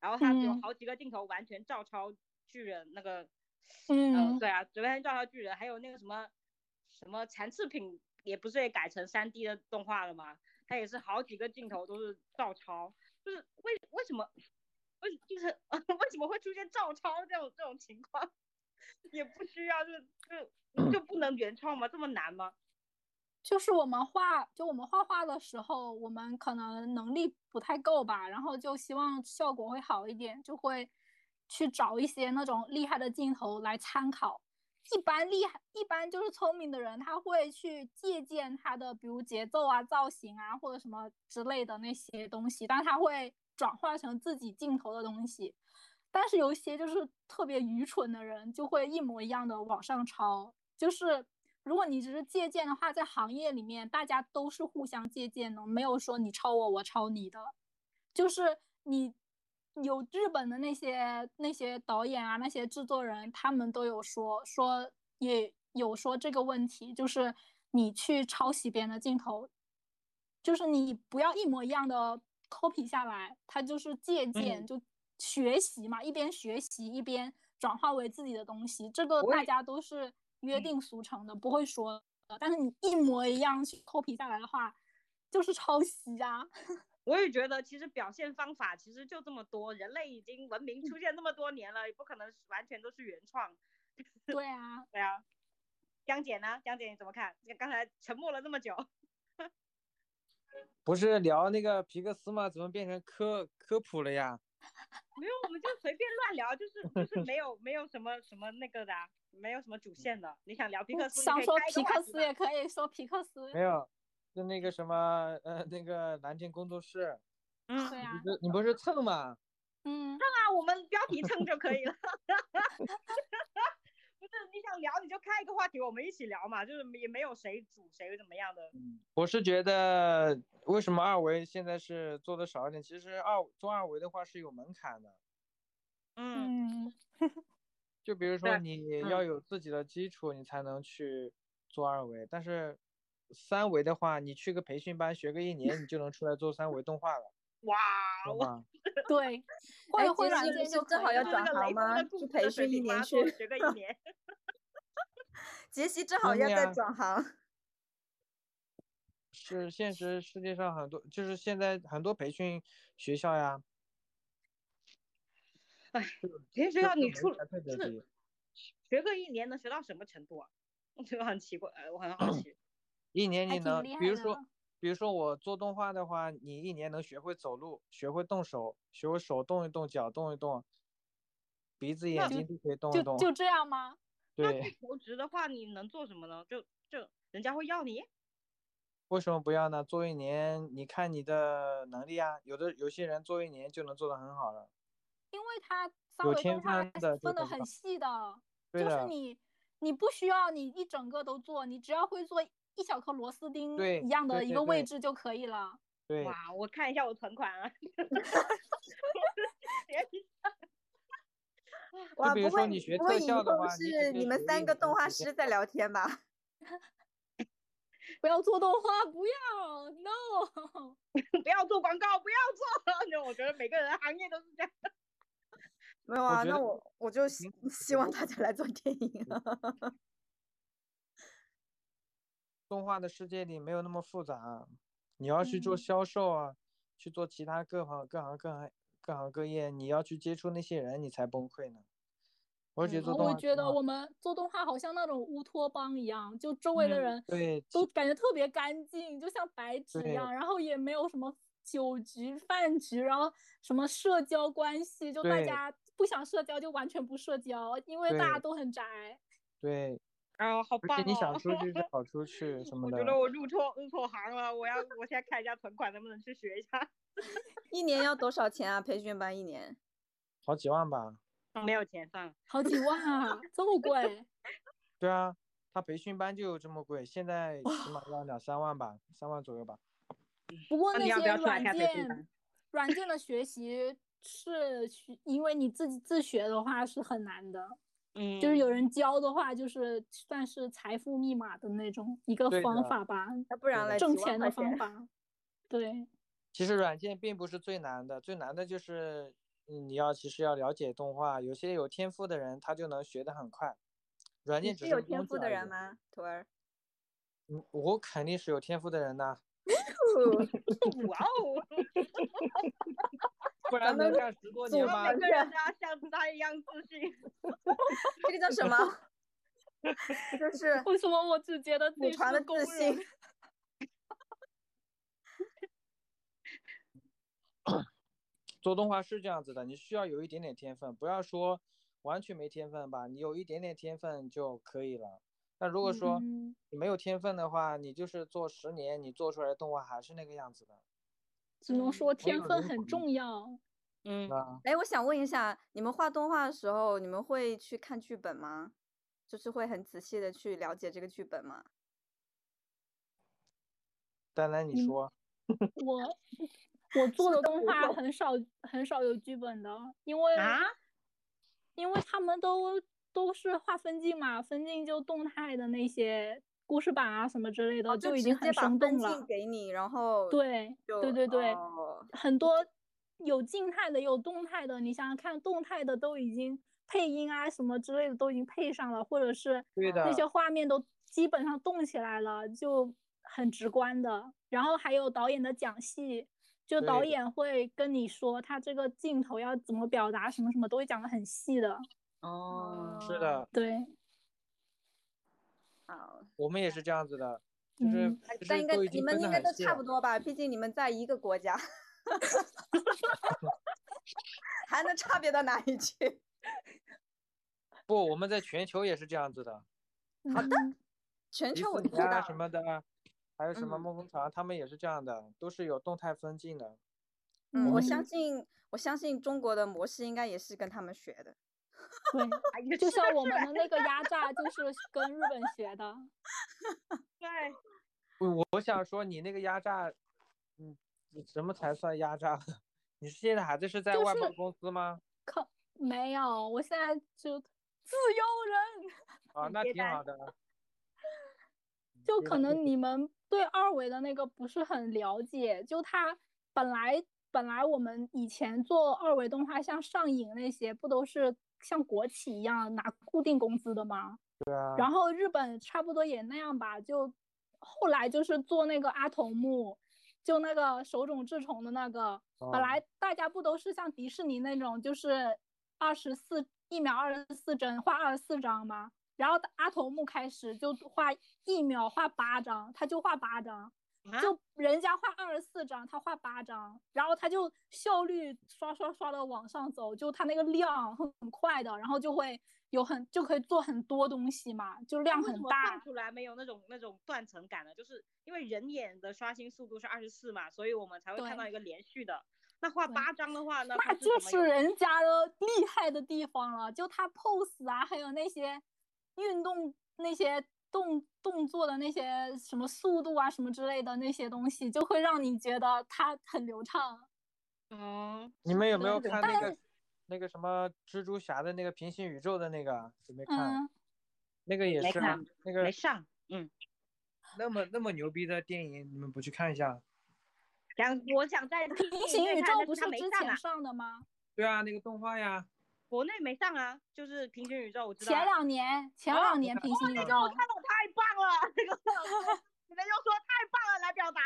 S1: 然后他有
S3: 嗯
S1: 好几个镜头完全照抄巨人那个，
S3: 嗯
S1: 呃，对啊，昨天照抄巨人，还有那个什么什么残次品也不是也改成三 D 的动画了吗？他也是好几个镜头都是照抄，就是 为为什么为就是为什么会出现照抄这种这种情况？也不需要，就就就不能原创吗？这么难吗？
S3: 就是我们画，就我们画画的时候，我们可能能力不太够吧，然后就希望效果会好一点，就会去找一些那种厉害的镜头来参考。一般厉害，一般就是聪明的人，他会去借鉴他的，比如节奏啊、造型啊，或者什么之类的那些东西，但他会转化成自己镜头的东西。但是有一些就是特别愚蠢的人，就会一模一样的往上抄。就是如果你只是借鉴的话，在行业里面大家都是互相借鉴的，没有说你抄我，我抄你的。就是你有日本的那些那些导演啊，那些制作人，他们都有说说也有说这个问题，就是你去抄袭别人的镜头，就是你不要一模一样的 copy 下来，他就是借鉴，
S4: 嗯
S3: 就学习嘛，一边学习一边转化为自己的东西，这个
S4: 我也
S3: 大家都是约
S1: 嗯
S3: 定俗成的，不会说的。但是你一模一样去 copy 下来的话，就是抄 袭啊。
S1: 我也觉得，其实表现方法其实就这么多，人类已经文明出现这么多年了，也不可能完全都是原创。
S3: 对啊，
S1: 对啊，江姐呢？江姐你怎么看？刚才沉默了那么久，
S4: 不是聊那个皮克斯吗？怎么变成科科普了呀？
S1: 没有，我们就随便乱聊，就是就是没有没有什么什么那个的啊，没有什么主线的。你想聊皮克斯，
S2: 嗯
S1: 你
S3: 想
S1: 可以
S3: 说
S1: 开一个
S3: 皮
S1: 话
S3: 克
S1: 题
S3: 斯
S1: 嘛
S3: 也可以说皮克斯
S4: 没，有，就那个什么呃，那个蓝天工作室，
S1: 嗯，
S3: 对
S1: 对
S3: 啊
S4: 你，不你不是蹭吗？
S3: 嗯，
S1: 啊，我们标题蹭就可以了。 不是你想聊你就开一个话题，我们一起聊嘛，就是也没有谁主谁怎么样的。
S4: 我是觉得为什么二维现在是做的少一点？其实二做二维的话是有门槛的，
S1: 嗯，
S3: 嗯，
S4: 就比
S1: 对
S4: 如说你要有自己的基础，你才能去做二维。但是三维的话，你去个培训班学个一年，你就能出来做三维动画了，
S1: 哇，
S4: 懂
S1: 我
S4: 吗？
S3: 对，会
S2: 哎
S3: 会
S2: 杰
S3: 软
S2: 西
S3: 件
S2: 是
S3: 就
S2: 正
S3: 可
S2: 好
S3: 以
S2: 要
S1: 就
S3: 了
S1: 那
S2: 转
S1: 个
S2: 行
S1: 雷
S2: 吗
S1: 锋的
S2: 去
S1: 故事
S2: 培
S1: 的水
S2: 训一
S1: 平
S2: 年
S1: 吗
S2: 去
S1: 多学个一 年。
S2: 杰西正好
S4: 真的
S2: 要在
S4: 呀
S2: 转行，
S4: 是现实世界上很多，就是现在很多培训学校呀，
S1: 别学
S4: 就
S3: 啊
S1: 校
S4: 是
S1: 你
S4: 门
S1: 出
S4: 槛特别
S1: 是
S4: 低
S1: 学个一年能学到什么程度啊？ 我觉得很奇怪，呃我很好奇。
S4: 一年
S3: 还
S4: 你
S3: 挺
S4: 能
S3: 厉，
S4: 比如
S3: 害
S4: 说
S3: 的，啊
S4: 比如说我做动画的话，你一年能学会走路，学会动手，学会手动一动，脚动一动，鼻子、眼
S3: 就
S4: 睛都可以动一
S3: 就
S4: 动。
S3: 就这样吗？
S1: 那去
S4: 对，
S1: 求职的话，你能做什么呢？就就人家会要你？
S4: 为什么不要呢？做一年，你看你的能力啊，有的有些人做一年就能做得很好了。
S3: 因为它三
S4: 有
S3: 维
S4: 天
S3: 动画
S4: 分的就
S3: 分的
S4: 很
S3: 很
S4: 棒
S3: 细的，
S4: 对
S3: 就是
S4: 的
S3: 你你不需要你一整个都做，你只要会做一小颗螺丝钉
S4: 对
S3: 一样的
S4: 对
S3: 一
S4: 对
S3: 个位
S4: 对
S3: 置就可以了。
S4: 对，
S1: 哇，我看一下我存款啊。
S2: 哇，
S4: 比
S2: 不
S4: 如说
S2: 会
S4: 你学
S2: 不会
S4: 特
S2: 以
S4: 效的
S2: 后
S4: 话你只
S2: 是
S4: 可
S2: 你
S4: 以
S2: 们
S4: 学
S2: 三
S4: 一
S2: 个
S4: 年
S2: 动画
S4: 时间
S2: 师在聊天吧？
S3: 不要做动画，不要，no，
S1: 不要做广告，不要做。 那我觉得每个人的行业都是这样。
S2: 没有
S4: 我
S2: 啊，
S4: 觉
S2: 那
S4: 得
S2: 我我就希
S4: 挺
S2: 希望大家来做电影啊。
S4: 动画的世界里没有那么复杂，啊你要去做
S3: 嗯
S4: 销售啊，去做其他各行各行各行各行各业，你要去接触那些人，你才崩溃呢。我觉得
S1: 嗯
S4: 做
S1: 啊
S4: 动
S3: 我
S4: 画
S3: 觉
S4: 挺
S3: 得
S4: 好
S3: 我们做动画好像那种乌托邦一样，就周围的
S1: 嗯
S3: 人
S4: 对
S3: 都
S4: 其
S3: 感觉特别干净，就像白纸一
S4: 对
S3: 样，然后也没有什么酒局、饭局，然后什么社交关系，就大
S4: 对
S3: 家不想社交就完全不社交，因为大家
S4: 对
S3: 都很宅。
S4: 对，
S1: 啊，好
S4: 而
S1: 棒
S4: 且
S1: 哦！
S4: 你想出去就跑出去什么
S1: 我
S4: 的。
S1: 觉得我入错入错行了，我要我现在看一下存款能不能去学一 下。
S2: 一年要多少钱啊？培训班一年？
S4: 好几万吧？
S1: 没有钱算了。
S3: 好几万啊，这么 贵？
S4: 对啊，他培训班就有这么贵，现在起码要两三万吧，三万左右吧。
S3: 不过
S1: 那
S3: 那
S1: 你要不
S3: 些
S1: 要出来
S3: 软
S1: 开培训
S3: 件
S1: 班
S3: 软件的学习是需，因为你自己自学的话是很难的。
S1: 嗯
S3: 就是有人教的话，就是算是财富密码的那种一个
S4: 对
S3: 方
S4: 的
S3: 法吧，
S2: 要不然
S4: 对
S2: 来
S3: 挣
S2: 几万
S3: 钱的
S2: 块
S3: 方法。对，
S4: 其实软件并不是最难的，最难的就是嗯你要其实要了解动画，有些有天赋的人他就能学得很快。软
S2: 你
S4: 件只
S2: 是
S4: 是
S2: 有
S4: 个
S2: 天
S4: 工
S2: 赋
S4: 具
S2: 的
S4: 而
S2: 人
S4: 已？
S2: 吗？徒儿，
S4: 嗯，我肯定是有天赋的人呐、
S2: 不
S1: 哇哦，
S4: 不然能干十多年
S2: 组
S4: 吗
S1: 每
S2: 织？
S1: 个 人都要像他一样自信。
S2: 这个叫 什 么？就是
S3: 为什么我只觉得自
S2: 祖
S3: 己是
S2: 传的
S3: 个
S2: 自
S3: 工人
S2: 信？。
S4: 做动画是这样子的，你需要有一点点天分，不要说完全没天分吧，你有一点点天分就可以了。那如果说
S3: 嗯
S4: 你没有天分的话，你就是做十年，你做出来的动画还是那个样子的。
S3: 只能说天
S4: 有
S3: 分
S4: 灵
S3: 很
S4: 魂
S3: 重要。
S1: 嗯，
S4: 啊，
S2: 哎，我想问一下，你们画动画的时候，你们会去看剧本吗？就是会很仔细的去了解这个剧本吗？
S4: 丹丹，你
S3: 嗯
S4: 说，
S3: 我我做的动画很少很少有剧本的，因为
S1: 啊，
S3: 因为他们都都是画分镜嘛，分镜就动态的那些故事板啊什么之类的，
S2: 哦就
S3: 已
S2: 直
S3: 经
S2: 接
S3: 很
S2: 把
S3: 生
S2: 分
S3: 动
S2: 镜
S3: 了。
S2: 给你，然后
S3: 对
S2: 就
S3: 对对对，
S2: 哦
S3: 很多有静态的，有动态的。你想想看，动态的都已经配音啊什么之类的都已经配上了，或者是
S4: 对的
S3: 那些画面都基本上动起来了，就很直观的。然后还有导演的讲戏，就
S4: 对
S3: 导
S4: 的
S3: 演会跟你说他这个镜头要怎么表达，什么什么都会讲的很细的。
S1: 哦
S4: 是，的，
S3: 对，
S2: 好，
S4: 我们也是这样子的，就是、
S3: 嗯
S4: 就是
S2: 但应该
S4: 都已
S2: 你
S4: 经
S2: 们
S4: 分
S2: 应
S4: 得
S2: 该
S4: 很
S2: 都
S4: 细
S2: 差
S4: 了
S2: 不多吧？毕竟你们在一个 国家，还能差别到哪里去？
S4: 不，我们在全球也是这样子的，
S2: 好的
S3: 嗯
S2: 全
S4: 迪
S2: 球我
S4: 士
S2: 知
S4: 尼啊
S2: 道
S4: 什，么的，还有什么
S2: 嗯
S4: 梦工厂，他们也是这样的，都是有动态分镜的。
S2: 嗯，我相
S3: 嗯
S2: 信我相信中国的模式应该也是跟他们学的。
S3: 对，
S1: 哎呀
S3: 就是
S1: 的
S3: 像我
S1: 是的
S3: 们的那个压榨，就是跟日本学的。
S1: 对，
S4: 我想说，你那个压榨，嗯，你什么才算压榨？ 你是现在还在是在
S3: 就
S4: 外包
S3: 是
S4: 公司吗？
S3: 靠，没有，我现在就自由人，
S4: 啊，
S1: 很
S4: 那
S1: 接
S4: 挺
S1: 单
S4: 好的。嗯
S3: 就
S4: 对
S3: 可
S4: 的
S3: 能你们对二维的那个不是很了解，就它本来本来我们以前做二维动画，像上影那些，不都是像国企一样拿固定工资的吗？对啊。然后日本差不多也那样吧，就后来就是做那个阿童木，就那个手冢治虫的那个，
S4: 哦
S3: 本来大家不都是像迪士尼那种，就是二十四一秒二十四帧画二十四张吗？然后阿童木开始就画一秒画八张，他就画八张，
S1: 啊
S3: 就人家画二十四张，他画八张，然后他就效率刷刷刷的往上走，就他那个量很很快的，然后就会有很就可以做很多东西嘛，就
S1: 那
S3: 量
S1: 为什
S3: 很
S1: 么
S3: 大
S1: 放。出来没有那种那种断层感呢？就是因为人眼的刷新速度是二十四嘛，所以我们才会看
S3: 对
S1: 到一个连续的。那画
S3: 对
S1: 八张的话，那它
S3: 那就是是
S1: 怎么有
S3: 人家的厉害的地方了，就他 pose 啊，还有那些运动那些动动作的那些什么速度啊，什么之类的那些东西，就会让你觉得他很流畅。
S1: 嗯，
S4: 你们有
S1: 对
S4: 没有
S1: 对
S4: 看那
S3: 但
S4: 个那个什么蜘蛛侠的那个平行宇宙的那个？有没有看？
S3: 嗯，
S4: 那个也
S1: 没
S4: 是啊
S1: 看
S4: 那
S1: 没
S4: 个
S1: 上，
S4: 那么那么牛逼的电影，你们不去看一下？
S1: 想我想在平
S3: 平行宇宙不是
S1: 它没
S3: 之
S1: 上啊
S3: 前，上的吗？
S4: 对啊，那个动画呀，
S1: 国内没上啊，就是平行宇宙，我知道
S3: 前
S1: 啊。
S3: 两哦年，前
S4: 哦
S3: 两年平行宇
S4: 那
S3: 宙嗯
S4: 个，
S1: 我看到太棒了，这个你们就说太棒了来表达，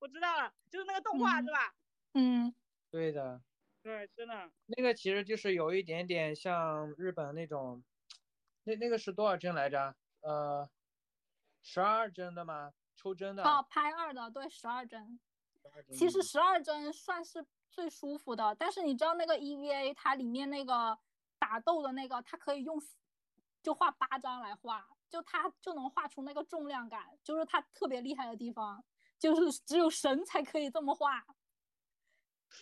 S1: 我知道了，就是那个动画、
S3: 嗯
S1: 是吧？
S3: 嗯，
S4: 对的，
S1: 对，真的。
S4: 那个其实就是有一点点像日本那种，那那个是多少帧来着？呃，十二帧的吗？抽帧的？
S3: 哦，拍二的，对，十二帧。
S4: 12帧
S3: 其实
S4: 的
S3: 十二帧算是最舒服的，但是你知道那个 EVA 它里面那个打斗的那个，它可以用四就画八张来画，就它就能画出那个重量感，就是它特别厉害的地方，就是只有神才可以这么画。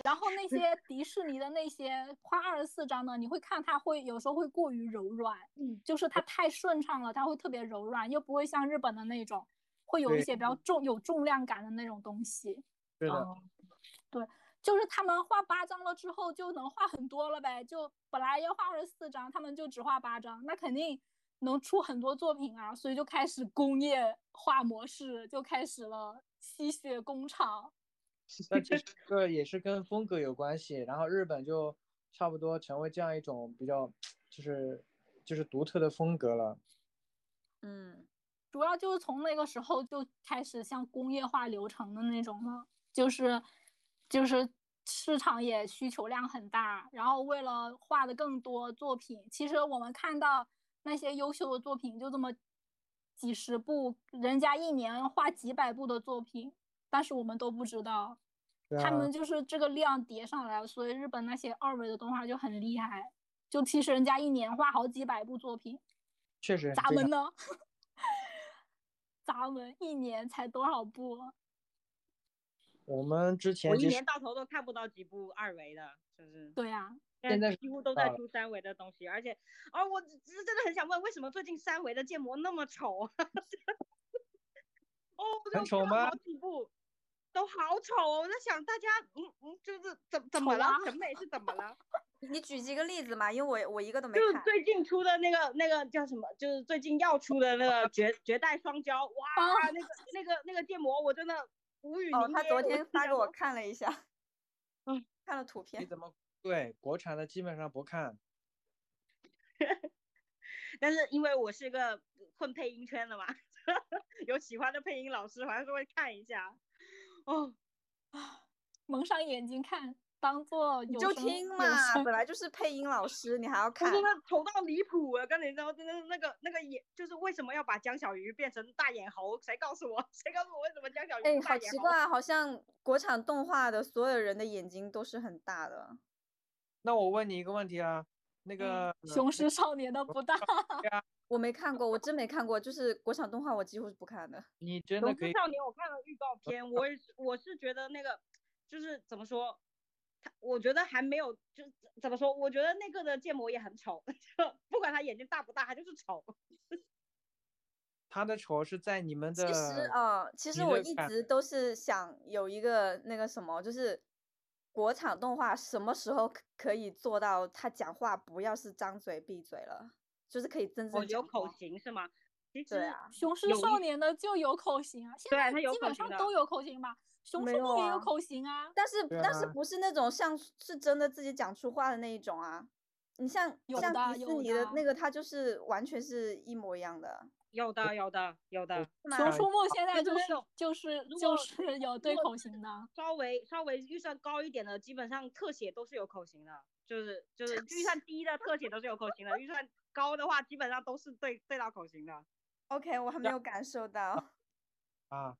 S3: 然后那些迪士尼的那些画二十四张的，你会看它会有时候会过于柔软，就是它太顺畅了，它会特别柔软，又不会像日本的那种，会有一
S4: 对
S3: 些比较重有重量感的那种东西。
S4: 是的，
S1: 哦
S3: 就是他们画八张了之后就能画很多了呗，就本来要画二十四张，他们就只画八张，那肯定能出很多作品啊，所以就开始工业化模式，就开始了吸血工厂。
S4: 那其实这个也是跟风格有关系，然后日本就差不多成为这样一种比较，就是就是独特的风格了。
S2: 嗯，
S3: 主要就是从那个时候就开始像工业化流程的那种了，就是就是市场也需求量很大，然后为了画的更多作品，其实我们看到那些优秀的作品就这么几十部，人家一年画几百部的作品，但是我们都不知道，
S4: 对
S3: 他
S4: 啊
S3: 们就是这个量叠上来，所以日本那些二维的动画就很厉害，就其实人家一年画好几百部作品，
S4: 确实
S3: 咱
S4: 这
S3: 们
S4: 样
S3: 呢？ 咱们一年才多少部？
S4: 我们之前
S1: 我一
S4: 其实
S1: 年到头都看不到几部二维的，就是
S3: 对呀、
S1: 现
S4: 在
S1: 在
S4: 是
S1: 几乎都在出三维的东西，而且，哦，我只是真的很想问，为什么最近三维的建模那么丑？ 哦，我就
S4: 很丑
S1: 看了
S4: 吗
S1: 好几部都好丑哦！我在想大家，嗯嗯，就是怎怎么
S3: 丑
S1: 了
S3: 啊？
S1: 审美是怎么了？
S2: 你举几个例子嘛？因为我我一个都没
S1: 就是
S2: 看。
S1: 最近出的那个那个叫什么？就是最近要出的那个绝绝代双骄，哇，那个那个那个建模，我真的无语凝噎。
S2: 哦，他昨天
S1: 就
S2: 发
S1: 想
S2: 给我
S1: 说，
S2: 看了一下，
S1: 嗯，
S2: 看了图
S4: 你
S2: 片。
S4: 怎么对国产的基本上不看，
S1: 但是因为我是个混配音圈的嘛， 有喜欢的配音老师，我还是会看一下。哦，
S3: 蒙上眼睛看，当做
S2: 你
S3: 有
S2: 就
S3: 声
S2: 听
S3: 有
S2: 嘛，
S3: 声
S2: 本来就是配音老师，你 还要
S1: 我
S2: 看
S1: 真。的丑到离谱啊！跟你说，真的是那个那个眼，就是为什么要把江小鱼变成大眼猴？谁告诉我？ 谁告诉我为什么江小鱼
S2: 哎，
S1: 是
S2: 好
S1: 大眼
S2: 奇
S1: 猴？
S2: 怪啊，好像国产动画的所有人的眼睛都是很大的。
S4: 那我问你一个问题啊，那个
S3: 嗯
S4: 啊
S3: 雄狮少年的 不大，
S2: 我没看过，我真没看过，就是国产动画我几乎是不看的。
S4: 你真的
S1: 龙
S4: 可
S1: 之
S4: 以，
S1: 少年，我看了预告片，我也是我是觉得那个就是怎么说，他我觉得还没有就怎么说，我觉得那个的建模也很丑， 就不管他眼睛大不大，他就是丑。
S4: 他的丑是在你们
S2: 其
S4: 的，
S2: 实啊，其实
S4: 你
S2: 我
S4: 的
S2: 一
S4: 感
S2: 直都是想有一个那个什么，就是国产动画什么时候可可以做到他讲话不要是张嘴闭嘴了，就是可以真
S1: 哦，
S2: 正
S1: 有
S2: 讲
S1: 口
S2: 话
S1: 型是吗？其实
S2: 对啊，
S3: 雄狮
S1: 有
S3: 少
S1: 一
S3: 年的就有口型啊，现
S1: 对
S3: 在
S1: 它有
S3: 基
S1: 口
S3: 本
S1: 型
S3: 上
S1: 的
S3: 都有口型吧，雄
S2: 没
S3: 狮梦
S2: 有
S3: 也有
S2: 啊
S3: 口型啊，
S2: 但是
S4: 对
S2: 但是
S4: 啊
S2: 不是那种像是是真的自己讲出话的那一种啊？你像
S3: 有
S2: 像
S3: 的
S2: 迪
S3: 有
S2: 士尼的
S3: 的
S2: 那个，它就是完全是一模一样的，
S1: 有的有的有的。
S2: 是吗
S3: 熊
S4: 啊
S3: 出没现在
S1: 是
S3: 就
S1: 那
S3: 是
S1: 种
S3: 就是
S1: 如
S3: 就
S1: 果
S3: 是有
S1: 如
S3: 对
S1: 果
S3: 口
S1: 是
S3: 型的，
S1: 稍微稍微预算高一点的，基本上特写都是有口型的，就是就是预算低的特写都是有口型的，预算高的话基本上都是对对到口型的。
S2: ？OK，我还没有感受到。
S4: 啊，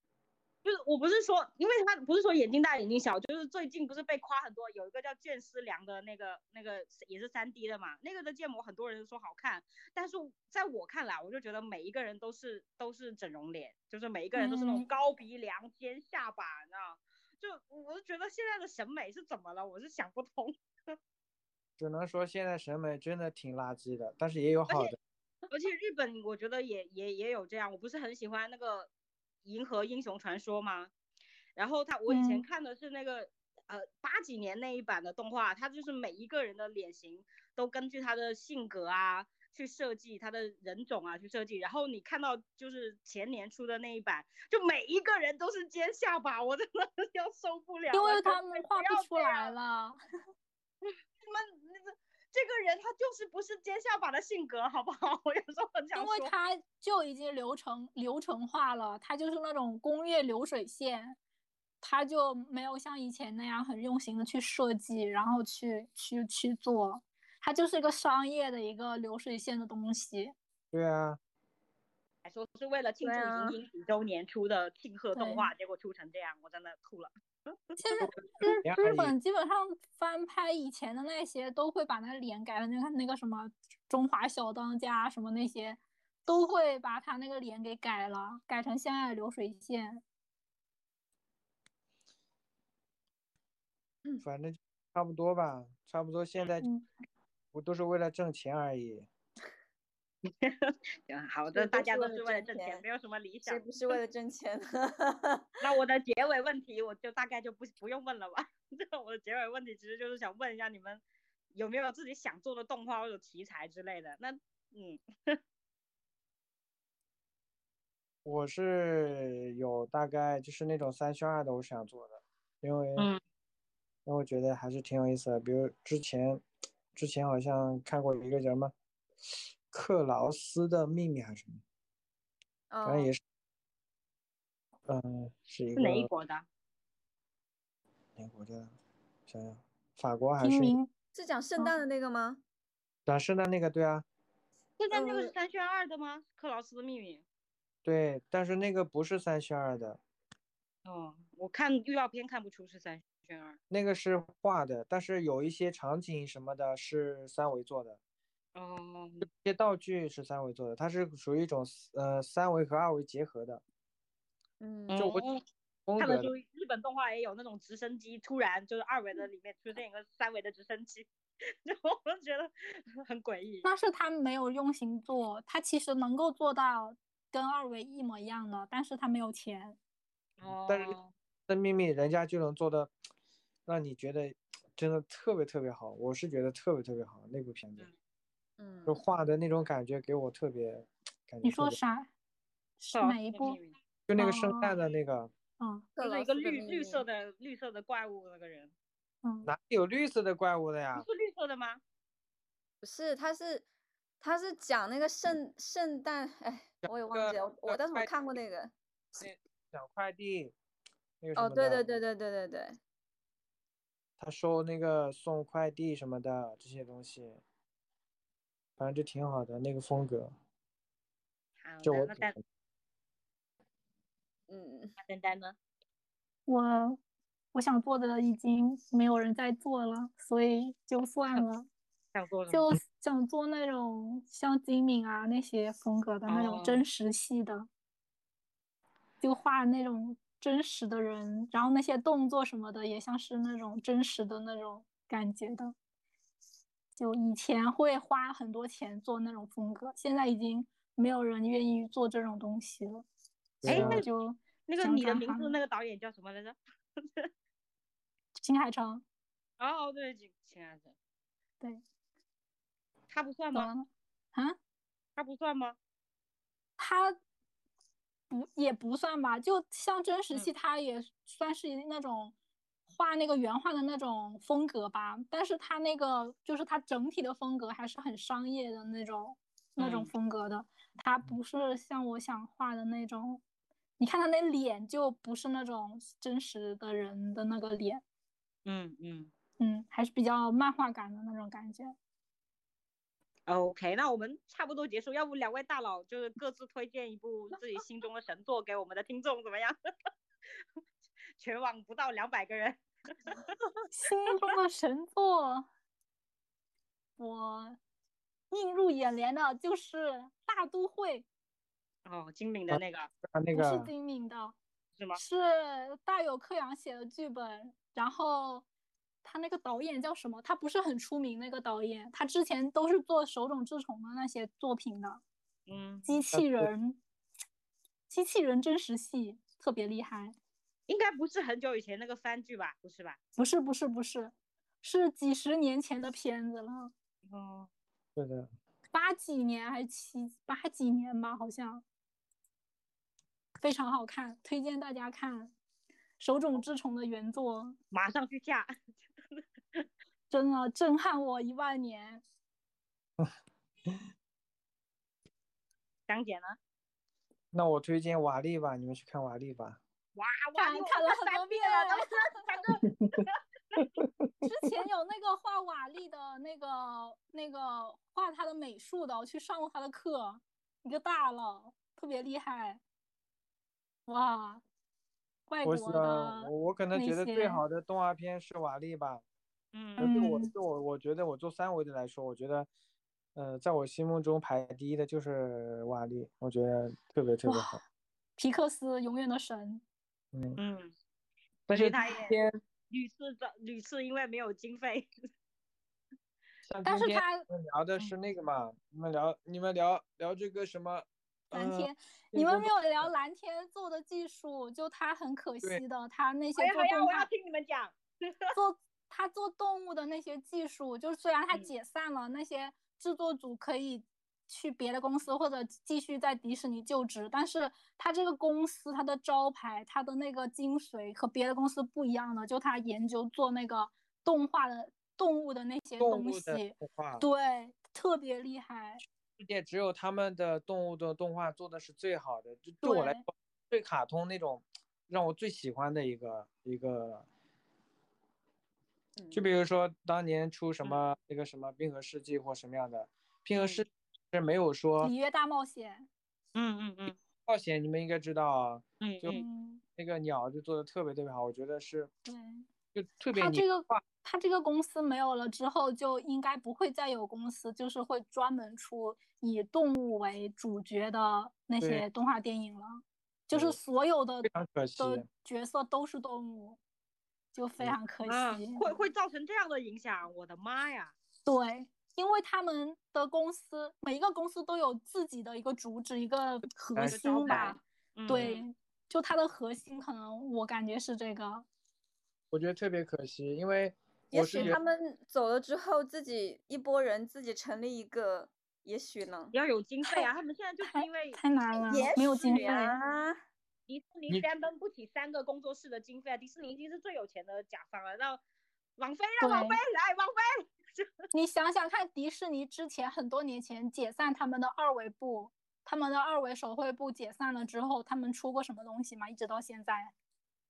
S1: 就是我不是说，因为他不是说眼睛大眼睛小，就是最近不是被夸很多，有一个叫卷思良的那个那个也是三 D 的嘛，那个的建模很多人说好看，但是在我看来，我就觉得每一个人都是都是整容脸，就是每一个人都是那种
S3: 嗯
S1: 高鼻梁、尖下巴，你知道？就我就觉得现在的审美是怎么了，我是想不通。
S4: 只能说现在审美真的挺垃圾的，但是也有好的。
S1: 而且日本我觉得也也也有这样，我不是很喜欢那个《银河英雄传说》吗？然后他我以前
S3: 嗯
S1: 看的是那个、呃八几年那一版的动画，它就是每一个人的脸型都根据他的性格啊去设计，他的人种啊去设计。然后你看到就是前年出的那一版，就每一个人都是尖下巴，我真的是要受不了了。
S3: 因为
S1: 就
S3: 他
S1: 是
S3: 们
S1: 不
S3: 画
S1: 要
S3: 不出
S1: 这
S3: 来
S1: 样
S3: 了，
S1: 你们那个这个人他就是不是尖下巴的性格，好不好？ 我有时候很想
S3: 因
S1: 说。
S3: 为它就已经流程流程化了，它就是那种工业流水线，它就没有像以前那样很用心的去设计，然后去去去做，它就是一个商业的一个流水线的东西。
S4: 对啊，
S1: 还说是为了庆祝
S2: 对啊
S1: 银鹰几周年出的庆贺动
S3: 对
S1: 画，结果出成这样，我真的吐了。
S3: 现在日
S4: 也
S3: 日
S4: 可以
S3: 本基本上翻拍以前的那些，都会把那脸改成那个那个什么中华小当家什么那些，都会把他那个脸给改了，改成现在的流水线。
S4: 反正就差不多吧，差不多现在
S3: 嗯，
S4: 我都是为了挣钱而已。
S1: 行，好
S2: 对
S1: 的，大
S2: 都
S1: 家
S2: 是
S1: 都
S2: 为了
S1: 是为了挣
S2: 挣
S1: 钱
S2: 钱，
S1: 没有什么理想
S2: 谁。不是为了挣钱？
S1: 那我的结尾问题，我就大概就不不用问了吧。 这我的结尾问题其实就是想问一下你们有没有自己想做的动画或者题材之类的。那嗯，
S4: 我是有大概就是那种三选二的，我想做的，因为
S1: 嗯
S4: 因为我觉得还是挺有意思的。比如之前之前好像看过一个叫什么克劳斯的秘密还是什么，反正
S2: 嗯
S4: 也是，嗯，是一
S1: 是
S4: 个
S1: 哪一国的？
S4: 哪国的？想想，法国还
S3: 精
S4: 是
S3: 明，
S2: 是讲圣诞的那个吗？
S4: 讲圣诞那个对啊，
S1: 现在那个是
S2: 呃
S1: 三选二的吗？克劳斯的秘密。
S4: 对，但是那个不是三选二的，
S1: 哦，我看预告片看不出是三选二。
S4: 那个是画的，但是有一些场景什么的是三维做的，
S1: 哦，
S4: 一些道具是三维做的，它是属于一种呃三维和二维结合的
S2: 嗯，
S4: 就我
S1: 哦
S4: 风
S1: 看得
S4: 格的。
S1: 出日本动画也有那种直升机，突然就是二维的里面出现一个三维的直升机， 然后我就觉得很诡异。
S3: 那是他没有用心做，他其实能够做到跟二维一模一样的，但是他没有钱。
S4: 但是
S1: 哦，
S4: 的秘密人家就能做的，让你觉得真的特别特别好，我是觉得特别特别好那部片子，
S2: 嗯
S4: 就画的那种感觉给我特别感觉
S3: 你
S4: 特
S3: 说
S4: 别
S3: 啥？是
S1: 克劳
S3: 哪
S1: 斯
S3: 一
S1: 的
S3: 部
S1: 秘？密
S4: 就那个圣诞
S3: 哦
S4: 的那个
S3: 嗯
S1: 就
S2: 克
S1: 是
S2: 劳
S1: 一个
S2: 斯的
S1: 绿
S2: 秘
S1: 绿
S2: 密
S1: 色的绿色的怪物那个人，
S3: 嗯，
S4: 哪有绿色的怪物的呀
S1: 不？是绿色的吗？
S2: 不是，他是他是讲那个圣圣诞，哎，我也忘
S4: 个
S2: 记了，我
S4: 个
S2: 但是我
S4: 快
S2: 看过那个。
S4: 抢快递，那个什
S2: 哦，
S4: 么
S2: 对对
S4: 的
S2: 对对对对对，
S4: 他收那个送快递什么的这些东西，反正就挺好的那个风格。
S1: 好
S4: 就
S1: 的，
S4: 我
S1: 那
S4: 觉
S1: 丹
S4: 得
S2: 嗯，
S1: 那丹丹呢？
S3: 我我想做的已经没有人在做了，所以就算了。
S1: 想做什么？
S3: 就想做那种像金敏啊那些风格的那种
S1: 哦
S3: 真实系的，就画那种真实的人，然后那些动作什么的也像是那种真实的那种感觉的。就以前会花很多钱做那种风格，现在已经没有人愿意做这种东西了，所
S4: 对
S3: 以
S4: 啊
S3: 我就
S1: 那个
S3: 想
S1: 你的
S3: 转
S1: 名字
S3: 行
S1: 那个导演叫什么来着？
S3: 新海诚
S1: 哦，对，亲亲爱的，
S3: 对，
S1: 他不算
S3: 怎
S1: 吗？
S3: 么了啊？
S1: 他不算吗？
S3: 他不也不算吧，就像真实
S1: 嗯
S3: 系，他也算是那种画那个原画的那种风格吧。但是他那个就是他整体的风格还是很商业的那种那种
S1: 嗯
S3: 风格的，他不是像我想画的那种。你看他那脸就不是那种真实的人的那个脸，
S1: 嗯嗯。
S3: 嗯，还是比较漫画感的那种感觉。
S1: OK，那我们差不多结束，要不两位大佬就是各自推荐一部自己心中的神作给我们的听众，怎么样？ 全网不到两百个人，
S3: 心中的神作，我映入眼帘的就是《大都会
S1: 哦，精明的那个
S4: 啊，那》，
S3: 不是
S4: 个
S3: 金敏的，
S1: 是吗？
S3: 是大友克洋写的剧本。然后他那个导演叫什么？他不是很出名那个导演，他之前都是做手冢治虫的那些作品的。
S1: 嗯，
S3: 机器
S4: 呃对
S3: 人，机器人真实系特别厉害。
S1: 应该不是很久以前那个番剧吧？不是吧？
S3: 不是不是不是，是几十年前的片子了。
S1: 哦，
S4: 对的，
S3: 八几年还是七八几年吧，好像非常好看，推荐大家看手冢治虫的原作，
S1: 马上去下。
S3: 真的震撼我一万年。
S1: 张姐呢？
S4: 那我推荐瓦力吧，你们去看瓦力吧。
S1: 哇，哇，
S3: 看
S1: 你
S3: 看了很
S1: 三
S3: 多
S1: 遍
S3: 遍
S1: 了，然后三个
S3: 之前有那个画瓦砾的那个那个画他的美术的，我去上过他的课，一个大佬，特别厉害，哇，外国
S4: 我想
S3: 的
S4: 我我可能
S3: 那
S4: 觉得最
S3: 些
S4: 好的动画片是瓦力吧。
S1: 嗯，
S4: 但对我
S3: 嗯
S4: 对我我觉得我做三维的来说，我觉得，呃，在我心目中排第一的就是瓦力，我觉得特别特别好。
S3: 皮克斯永远的神，
S4: 嗯，
S1: 嗯，
S4: 但是
S1: 觉得他
S4: 今
S1: 也
S4: 天
S1: 屡次的屡次因为没有经费，
S4: 像
S3: 但是
S4: 今天
S3: 他
S4: 我们聊
S3: 嗯
S4: 的是那个嘛，你们聊你们聊聊这个什么？
S3: 蓝
S4: 呃
S3: 天，
S4: 那
S3: 你们
S4: 个
S3: 没有聊蓝天做的技术，就他很可
S4: 对
S3: 惜的，他那
S1: 好
S3: 些
S1: 哎呀
S3: 做
S1: 好呀，
S3: 动
S1: 我要
S3: 画、
S1: 听你们讲。
S3: 做他做动物的那些技术，就是虽然他
S1: 嗯
S3: 解散了，那些制作组可以去别的公司或者继续在迪士尼就职，但是他这个公司他的招牌、他的那个精髓和别的公司不一样的，就他研究做那个动画的动物的那些
S4: 动
S3: 东
S4: 物的
S3: 西，
S4: 动画，
S3: 对，特别厉害。
S4: 世界只有他们的动物的动画做的是最好的，就对我来
S3: 对
S4: 说，最卡通那种，让我最喜欢的一个一个
S2: 嗯
S4: 就比如说当年出
S3: 嗯
S4: 什么那个什么冰河世纪或什么样的冰河世纪是没有说
S3: 里约大冒险，
S1: 嗯嗯嗯
S4: 冒险，你们应该知道啊，
S1: 嗯
S4: 就
S1: 嗯
S3: 嗯，
S4: 那个鸟就做的特别特别好，我觉得是
S3: 对，
S4: 就特别
S3: 他
S4: 拟
S3: 这个他这个公司没有了之后，就应该不会再有公司，就是会专门出以动物为主角的那
S4: 对
S3: 些动画电影了，就是
S4: 对
S3: 所有的
S4: 非常可惜。
S3: 的角色都是动物，就非
S4: 对
S3: 常可惜。
S1: 啊，会会造成这样的影响，我的妈呀！
S3: 对，因为他们的公司每一个公司都有自己的一个主旨，一个核
S4: 哎
S1: 招
S3: 心
S1: 牌
S3: 吧。
S1: 嗯，
S3: 对，就它的核心，可能我感觉是这个。
S4: 我觉得特别可惜，因为
S2: 也
S4: 我是
S2: 许
S4: 觉
S2: 他们走了之后，自己一拨人自己成立一个，也许呢？
S1: 要有经 费啊！他们现在就是因为
S3: 太难了，
S2: 也
S3: 没有
S2: 许
S3: 经费。
S2: 啊，
S1: 迪士
S4: 你
S1: 尼三分不起三个工作室的经费啊，迪士尼已经是最有钱的甲方了。让王菲，让王
S3: 对
S1: 菲啊来，王菲，
S3: 你想想看，迪士尼之前很多年前解散他们的二维部，他们的二维手绘部解散了之后，他们出过什么东西吗？一直到现在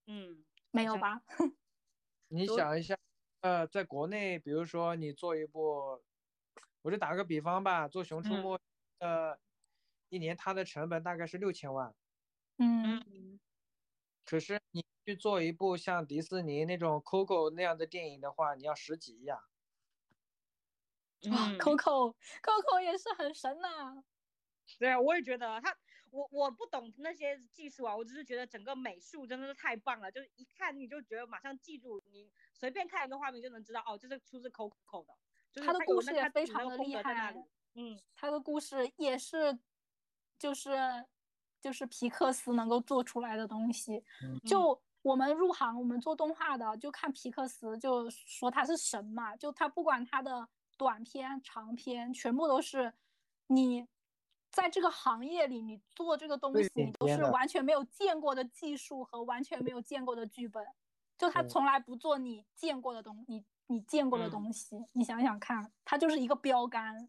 S1: 嗯，
S3: 没有
S1: 想
S3: 吧？
S4: 你想一下，呃，在国内，比如说你做一部，我就打个比方吧，做《熊出
S1: 嗯
S4: 没》呃，一年它的成本大概是六千万，
S3: 嗯，
S4: 可是你去做一部像迪士尼那种 Coco 那样的电影的话，你要十几亿啊。
S3: 哇
S1: 嗯
S3: ，Coco，Coco 也是很神呐、
S1: 对啊，我也觉得他，我我不懂那些技术啊，我只是觉得整个美术真的是太棒了，就是一看你就觉得马上记住，你随便看一个画面就能知道，哦，这是出自 Coco 的，就是
S3: 他的
S1: 有
S3: 故
S1: 那
S3: 事也
S1: 他
S3: 非
S1: 自己那
S3: 常
S1: 个
S3: 的
S1: 风
S3: 厉
S1: 格在那
S3: 害啊
S1: 里，嗯，
S3: 他的故事也是，就是就是皮克斯能够做出来的东西。
S4: 嗯
S3: 就我们入行，我们做动画的，就看皮克斯，就说他是神嘛，就他不管他的短片、长片，全部都是你。在这个行业里，你做这个东
S4: 最
S3: 西，你
S4: 顶
S3: 都
S4: 尖
S3: 是
S4: 的
S3: 完全没有见过的技术和完全没有见过的剧本，就他
S4: 对
S3: 从来不做你见过的东，你你见过的
S1: 嗯
S3: 东西，你想想看，他就是一个标杆，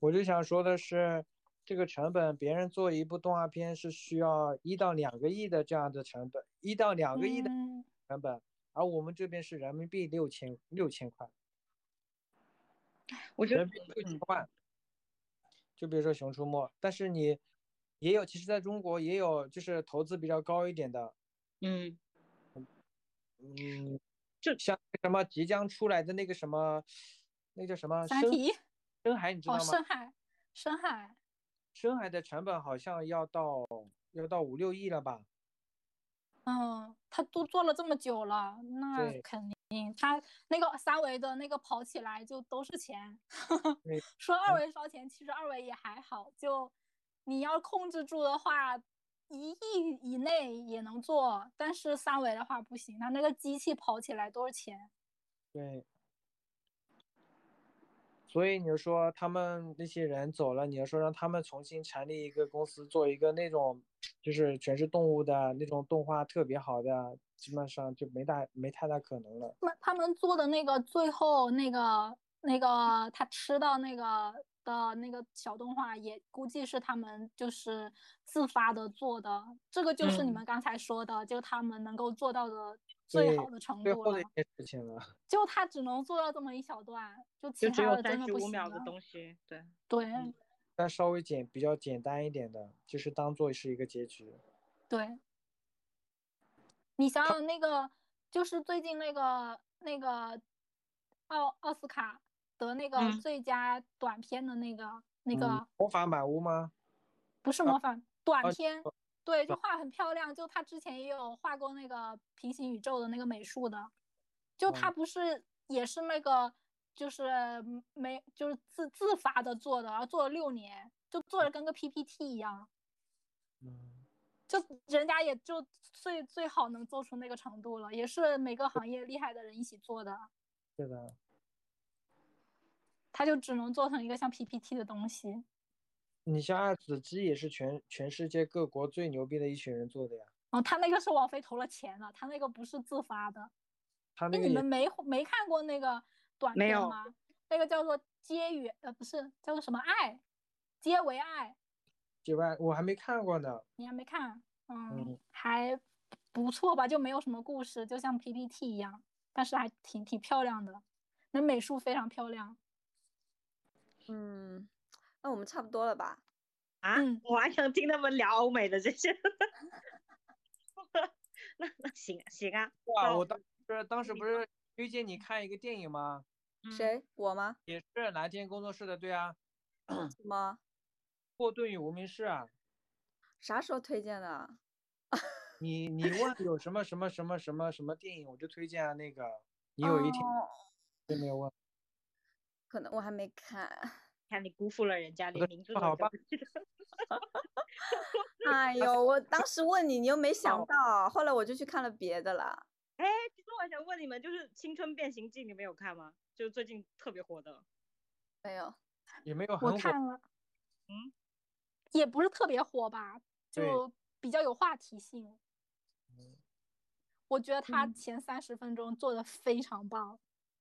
S4: 我就想说的是，这个成本，别人做一部动画片是需要一到两个亿的这样的成本，一到两个亿的
S3: 嗯
S4: 成本，而我们这边是人民币六千六千块。
S1: 我觉
S4: 人
S1: 得
S4: 民币
S3: 嗯
S4: 六千万。就比如说《熊出没》，但是你也有，其实在中国也有，就是投资比较高一点的，
S1: 嗯，
S4: 嗯，
S1: 这
S4: 像什么即将出来的那个什么，那叫什么？
S3: 三
S4: 深
S3: 体
S4: 深海，你知道
S3: 哦，
S4: 吗？
S3: 深海，深海，
S4: 深海的成本好像要到要到五六亿了吧？
S3: 嗯，他都做了这么久了，那
S4: 对
S3: 肯定他那个三维的那个跑起来就都是钱
S4: 对， 嗯
S3: 说二维烧钱，其实二维也还好，就你要控制住的话，一亿以内也能做，但是三维的话不行，他那个机器跑起来都是钱，
S4: 对。所以你就说他们那些人走了，你要说让他们重新成立一个公司，做一个那种就是全是动物的那种动画特别好的，基本上就没大没太大可能了。
S3: 那他们做的那个最后那个那个他吃到那个的那个小动画，也估计是他们就是自发的做的。这个就是你
S1: 嗯
S3: 们刚才说的，就他们能够做到的最
S4: 对
S3: 好的程
S4: 最
S3: 度
S4: 后
S3: 了
S4: 的一。件事情了，
S3: 就他只能做到这么一小段，就其
S1: 就只
S3: 他
S1: 有
S3: 的真
S1: 三
S3: 的
S1: 十
S3: 不
S1: 五
S3: 行啊
S1: 秒的
S3: 了。
S1: 东嗯西，对，
S3: 对
S4: 但稍微简比较简单一点的，就是当做是一个结局。
S3: 对，你想想那个，就是最近那个那个奥奥斯卡得那个
S1: 嗯
S3: 最佳短片的那个、那个。
S4: 嗯，魔法满屋吗？
S3: 不是模仿，短
S4: 啊
S3: 片
S4: 哦，
S3: 对，就画很漂亮。就他之前也有画过那个平行宇宙的那个美术的，就他
S4: 嗯
S3: 不是也是那个就是没就是自自发的做的，然后做了六年，就做的跟个 PPT 一样，
S4: 嗯，
S3: 就人家也就最最好能做出那个程度了，也是每个行业厉害的人一起做的，
S4: 是的，
S3: 他就只能做成一个像 PPT 的东西。
S4: 你像爱子鸡也是全全世界各国最牛逼的一群人做的呀，
S3: 然后他那个是网飞投了钱的，他那个不是自发的。
S4: 他
S3: 那
S4: 那个
S3: 你
S4: 也
S3: 们没没看过那个短
S1: 没
S3: 片
S1: 有
S3: 吗？那个叫做《皆缘》呃，不是叫做什么爱，皆为爱，
S4: 几万，我还没看过呢。
S3: 你还没看？嗯，
S4: 嗯
S3: 还不错吧，就没有什么故事，就像 PPT 一样。但是还挺挺漂亮的，那美术非常漂亮。
S2: 嗯，那我们差不多了吧？
S1: 啊，
S3: 嗯
S1: 我还想听他们聊欧美的这些。 那那行行啊，
S4: 哇，
S1: 那
S4: 我当时当时不是推荐你看一个电影吗？
S1: 嗯？
S2: 谁？我吗？
S4: 也是蓝天工作室的，对啊，
S2: 什么？
S4: 《霍顿与无名氏》啊。
S2: 啥时候推荐的啊？
S4: 你你问有什么什么什么什么什么电影，我就推荐啊那个。你有一天
S2: 哦
S4: 都没有问，
S2: 可能我还没 看。
S1: 看你辜负了人家，
S4: 的
S1: 连名字
S4: 不
S1: 都
S4: 好
S1: 叫
S4: 吧
S1: 不记得。
S2: 哎呦，我当时问你，你又没想
S4: 哦
S2: 到，后来我就去看了别的了。
S1: 哎，其实我还想问你们，就是《青春变形记》，你们有看吗？就是最近特别火的。
S2: 没有，
S4: 也没有
S3: 我
S4: 很火。
S3: 看了，
S1: 嗯，
S3: 也不是特别火吧，
S4: 对
S3: 就比较有话题性。我觉得他
S1: 嗯
S3: 前三十分钟做的非常棒，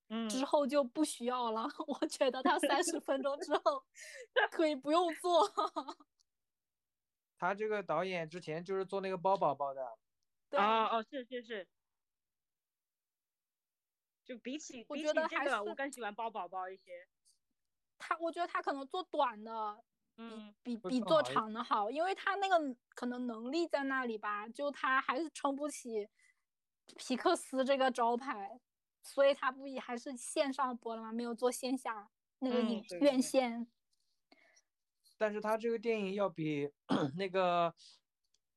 S1: 嗯
S3: 之后就不需要了。 我觉得他三十分钟之 后可以不用做。
S4: 他这个导演之前就是做那个包宝宝的，
S3: 对，
S1: 哦哦，是是是。就比起
S3: 我
S1: 比
S3: 觉
S1: 起
S3: 得还
S1: 这个，我
S3: 是
S1: 更喜欢包宝宝一些。
S3: 他我觉得他可能做短的
S1: 嗯，
S3: 比
S4: 会
S3: 比
S4: 更
S3: 做
S4: 好一
S3: 长的好，因为他那个可能能力在那里吧，就他还是撑不起皮克斯这个招牌，所以他不也还是线上播了吗？没有做线下那个
S1: 嗯
S3: 影、
S1: 对对
S3: 院线。
S4: 但是他这个电影要比 那个，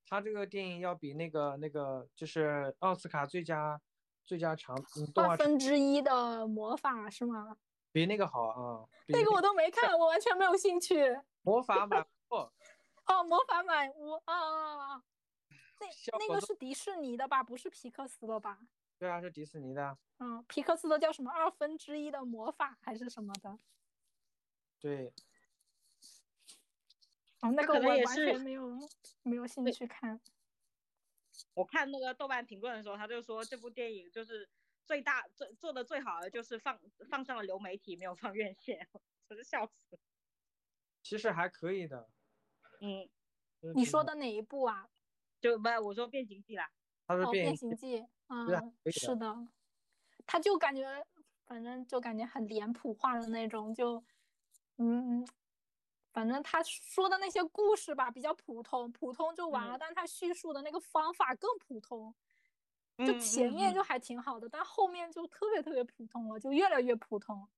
S4: 他这个电影要比那个那个就是奥斯卡最佳最佳长嗯动
S3: 二
S4: 画长
S3: 分之一的魔法是吗？
S4: 比那个好啊，比
S3: 那个我都没看，我完全没有兴趣。
S4: 魔 法满屋
S3: 哦，魔法满屋啊啊啊！ 啊
S4: 效
S3: 那那
S4: 果
S3: 个
S4: 都
S3: 是迪士尼的吧？不是皮克斯的吧？
S4: 对啊，是迪士尼的，
S3: 嗯，皮克斯的叫什么？二分之一的魔法还是什么的？
S4: 对，
S3: 啊，那
S1: 可
S3: 个我
S1: 能也
S3: 完
S1: 是
S3: 全没有没有兴趣看。
S1: 我看那个豆瓣评论的时候，他就说这部电影就是最大最做的最好的就是放放上了流媒体，没有放院线，我是笑死。
S4: 其实还可以的。
S1: 嗯，
S4: 就是
S3: 你
S4: 挺
S3: 说
S4: 好
S3: 的哪一部啊？
S1: 就不我说变形记啦。
S4: 他
S3: 哦，
S4: 说
S3: 《
S4: 变
S3: 变
S4: 形
S3: 形记》啊
S4: 对啊可以的
S3: 是的，他就感觉，反正就感觉很脸谱化的那种，就，嗯，反正他说的那些故事吧，比较普通，普通就完了，
S1: 嗯
S3: 但他叙述的那个方法更普通，就
S1: 嗯
S3: 前
S1: 嗯
S3: 面
S1: 嗯
S3: 就还挺好的，但后面就特别特别普通了，就越来越普通。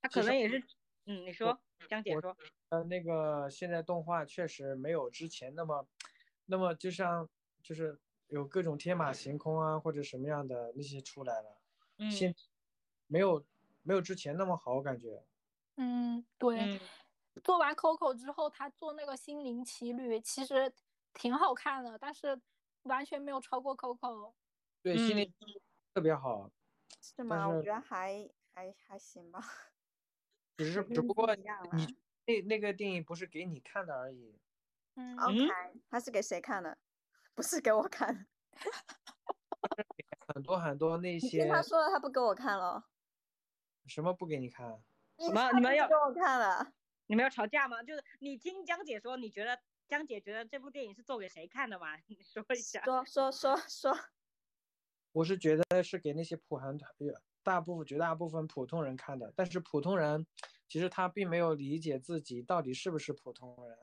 S1: 他
S4: 其
S1: 可
S4: 实
S1: 能也是，嗯，你说，江姐
S4: 我
S1: 说，
S4: 呃，那个现在动画确实没有之前那么，那么就像就是有各种天马行空啊或者什么样的那些出来了，
S1: 嗯
S4: 现没有没有之前那么好，我感觉。
S3: 嗯，对。
S1: 嗯
S3: 做完 Coco 之后，他做那个《心灵奇旅》，其实挺好看的，但是完全没有超过
S4: 哦
S3: Coco。
S4: 对，心
S1: 嗯
S4: 里特别好，
S2: 是吗？我
S4: 是
S2: 觉得还还还行吧。
S4: 只是
S2: 跟
S4: 只
S2: 你
S4: 不过
S2: 一样
S4: 你
S2: 啦
S4: 那那个电影不是给你看的而已，
S3: 嗯，
S2: OK，他是给谁看的？不是给我看的。
S4: 很多很多那
S2: 你听
S4: 些
S2: 他说了，他不给我看了。
S4: 什么不给你看，
S1: 什么？ 你们
S2: 他
S1: 要
S2: 不给我看了？
S1: 你们要吵架吗？就是你听江姐说，你觉得江姐觉得这部电影是做给谁看的吗？ 你说一下。
S2: 说说说说，
S4: 我是觉得是给那些普韩团呃大部分绝大部分普通人看的，但是普通人其实他并没有理解自己到底是不是普通人。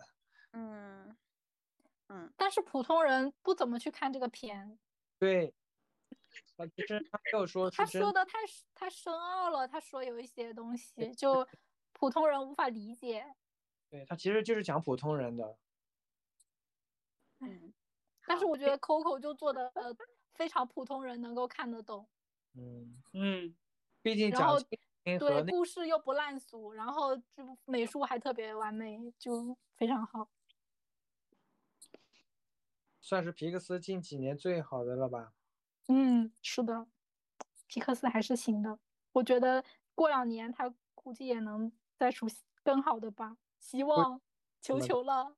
S2: 嗯嗯，
S3: 但是普通人不怎么去看这个片，
S4: 对，他其实他没有说是
S3: 他
S4: 真
S3: 说的太太深奥了，他说有一些东西就普通人无法理解。
S4: 对他其实就是讲普通人的。哎
S2: 嗯，
S3: 但是
S2: 好
S3: 我觉得 Coco 就做的呃非常普通人能够看得懂，
S4: 嗯，
S1: 嗯，
S4: 毕竟
S3: 然
S4: 讲
S3: 后
S4: 亲情和
S3: 对
S4: 那
S3: 故事又不烂俗，然后这部美术还特别完美，就非常好。
S4: 算是皮克斯近几年最好的了吧？
S3: 嗯，是的，皮克斯还是行的。我觉得过两年他估计也能再出更好的吧，希望，求
S4: 那个
S3: 求了。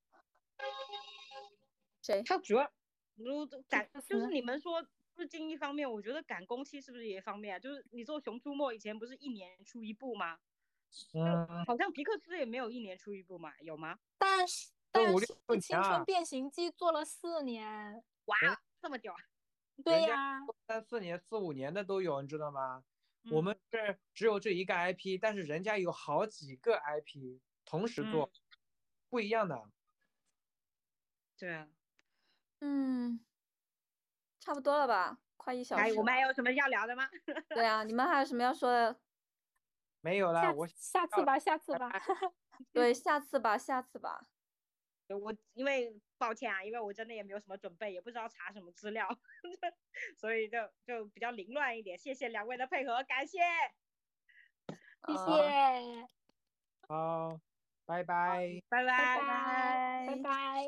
S2: 谁？
S1: 他主要如赶
S3: 克
S1: 就是
S3: 斯
S1: 你们说致敬一方面，我觉得赶工期是不是也一方面啊？就是你做《熊出没》以前不是一年出一部吗？
S4: 嗯，
S1: 好像皮克斯也没有一年出一部嘛，有吗？
S3: 但是，
S4: 都
S3: 但
S4: 五
S3: 是
S4: 六
S3: 《青
S4: 年
S3: 春
S4: 啊
S3: 变形记》做了四年，
S1: 哇，这么久啊！
S3: 对
S4: 人家
S3: 呀、
S4: 三四年、四五年的都有，你知道吗？
S3: 嗯
S4: 我
S1: 嗯
S4: 们是只有这一个 IP，但是人家有好几个 IP 同时做，
S3: 嗯
S4: 不一样的。
S1: 对，啊
S2: 嗯，差不多了吧，快一小
S4: 哎
S1: 还
S2: 时
S1: 哎有我
S2: 了。
S1: 们还有什么要聊的吗？
S2: 对啊，你们还有什么要说的？
S4: 没有啦，
S3: 下
S4: 我
S3: 次下次吧，下次吧。
S2: 对，下次吧，下次吧。
S1: 我因为抱歉啊，因为我真的也没有什么准备，也不知道查什么资料， 所以就就比较凌乱一点。谢谢两位的配合，感谢，
S3: 谢
S2: 呃
S3: 谢，
S4: 嗯好，拜拜。
S1: 拜
S3: 拜
S1: 拜
S3: 拜，拜
S2: 拜
S3: 拜。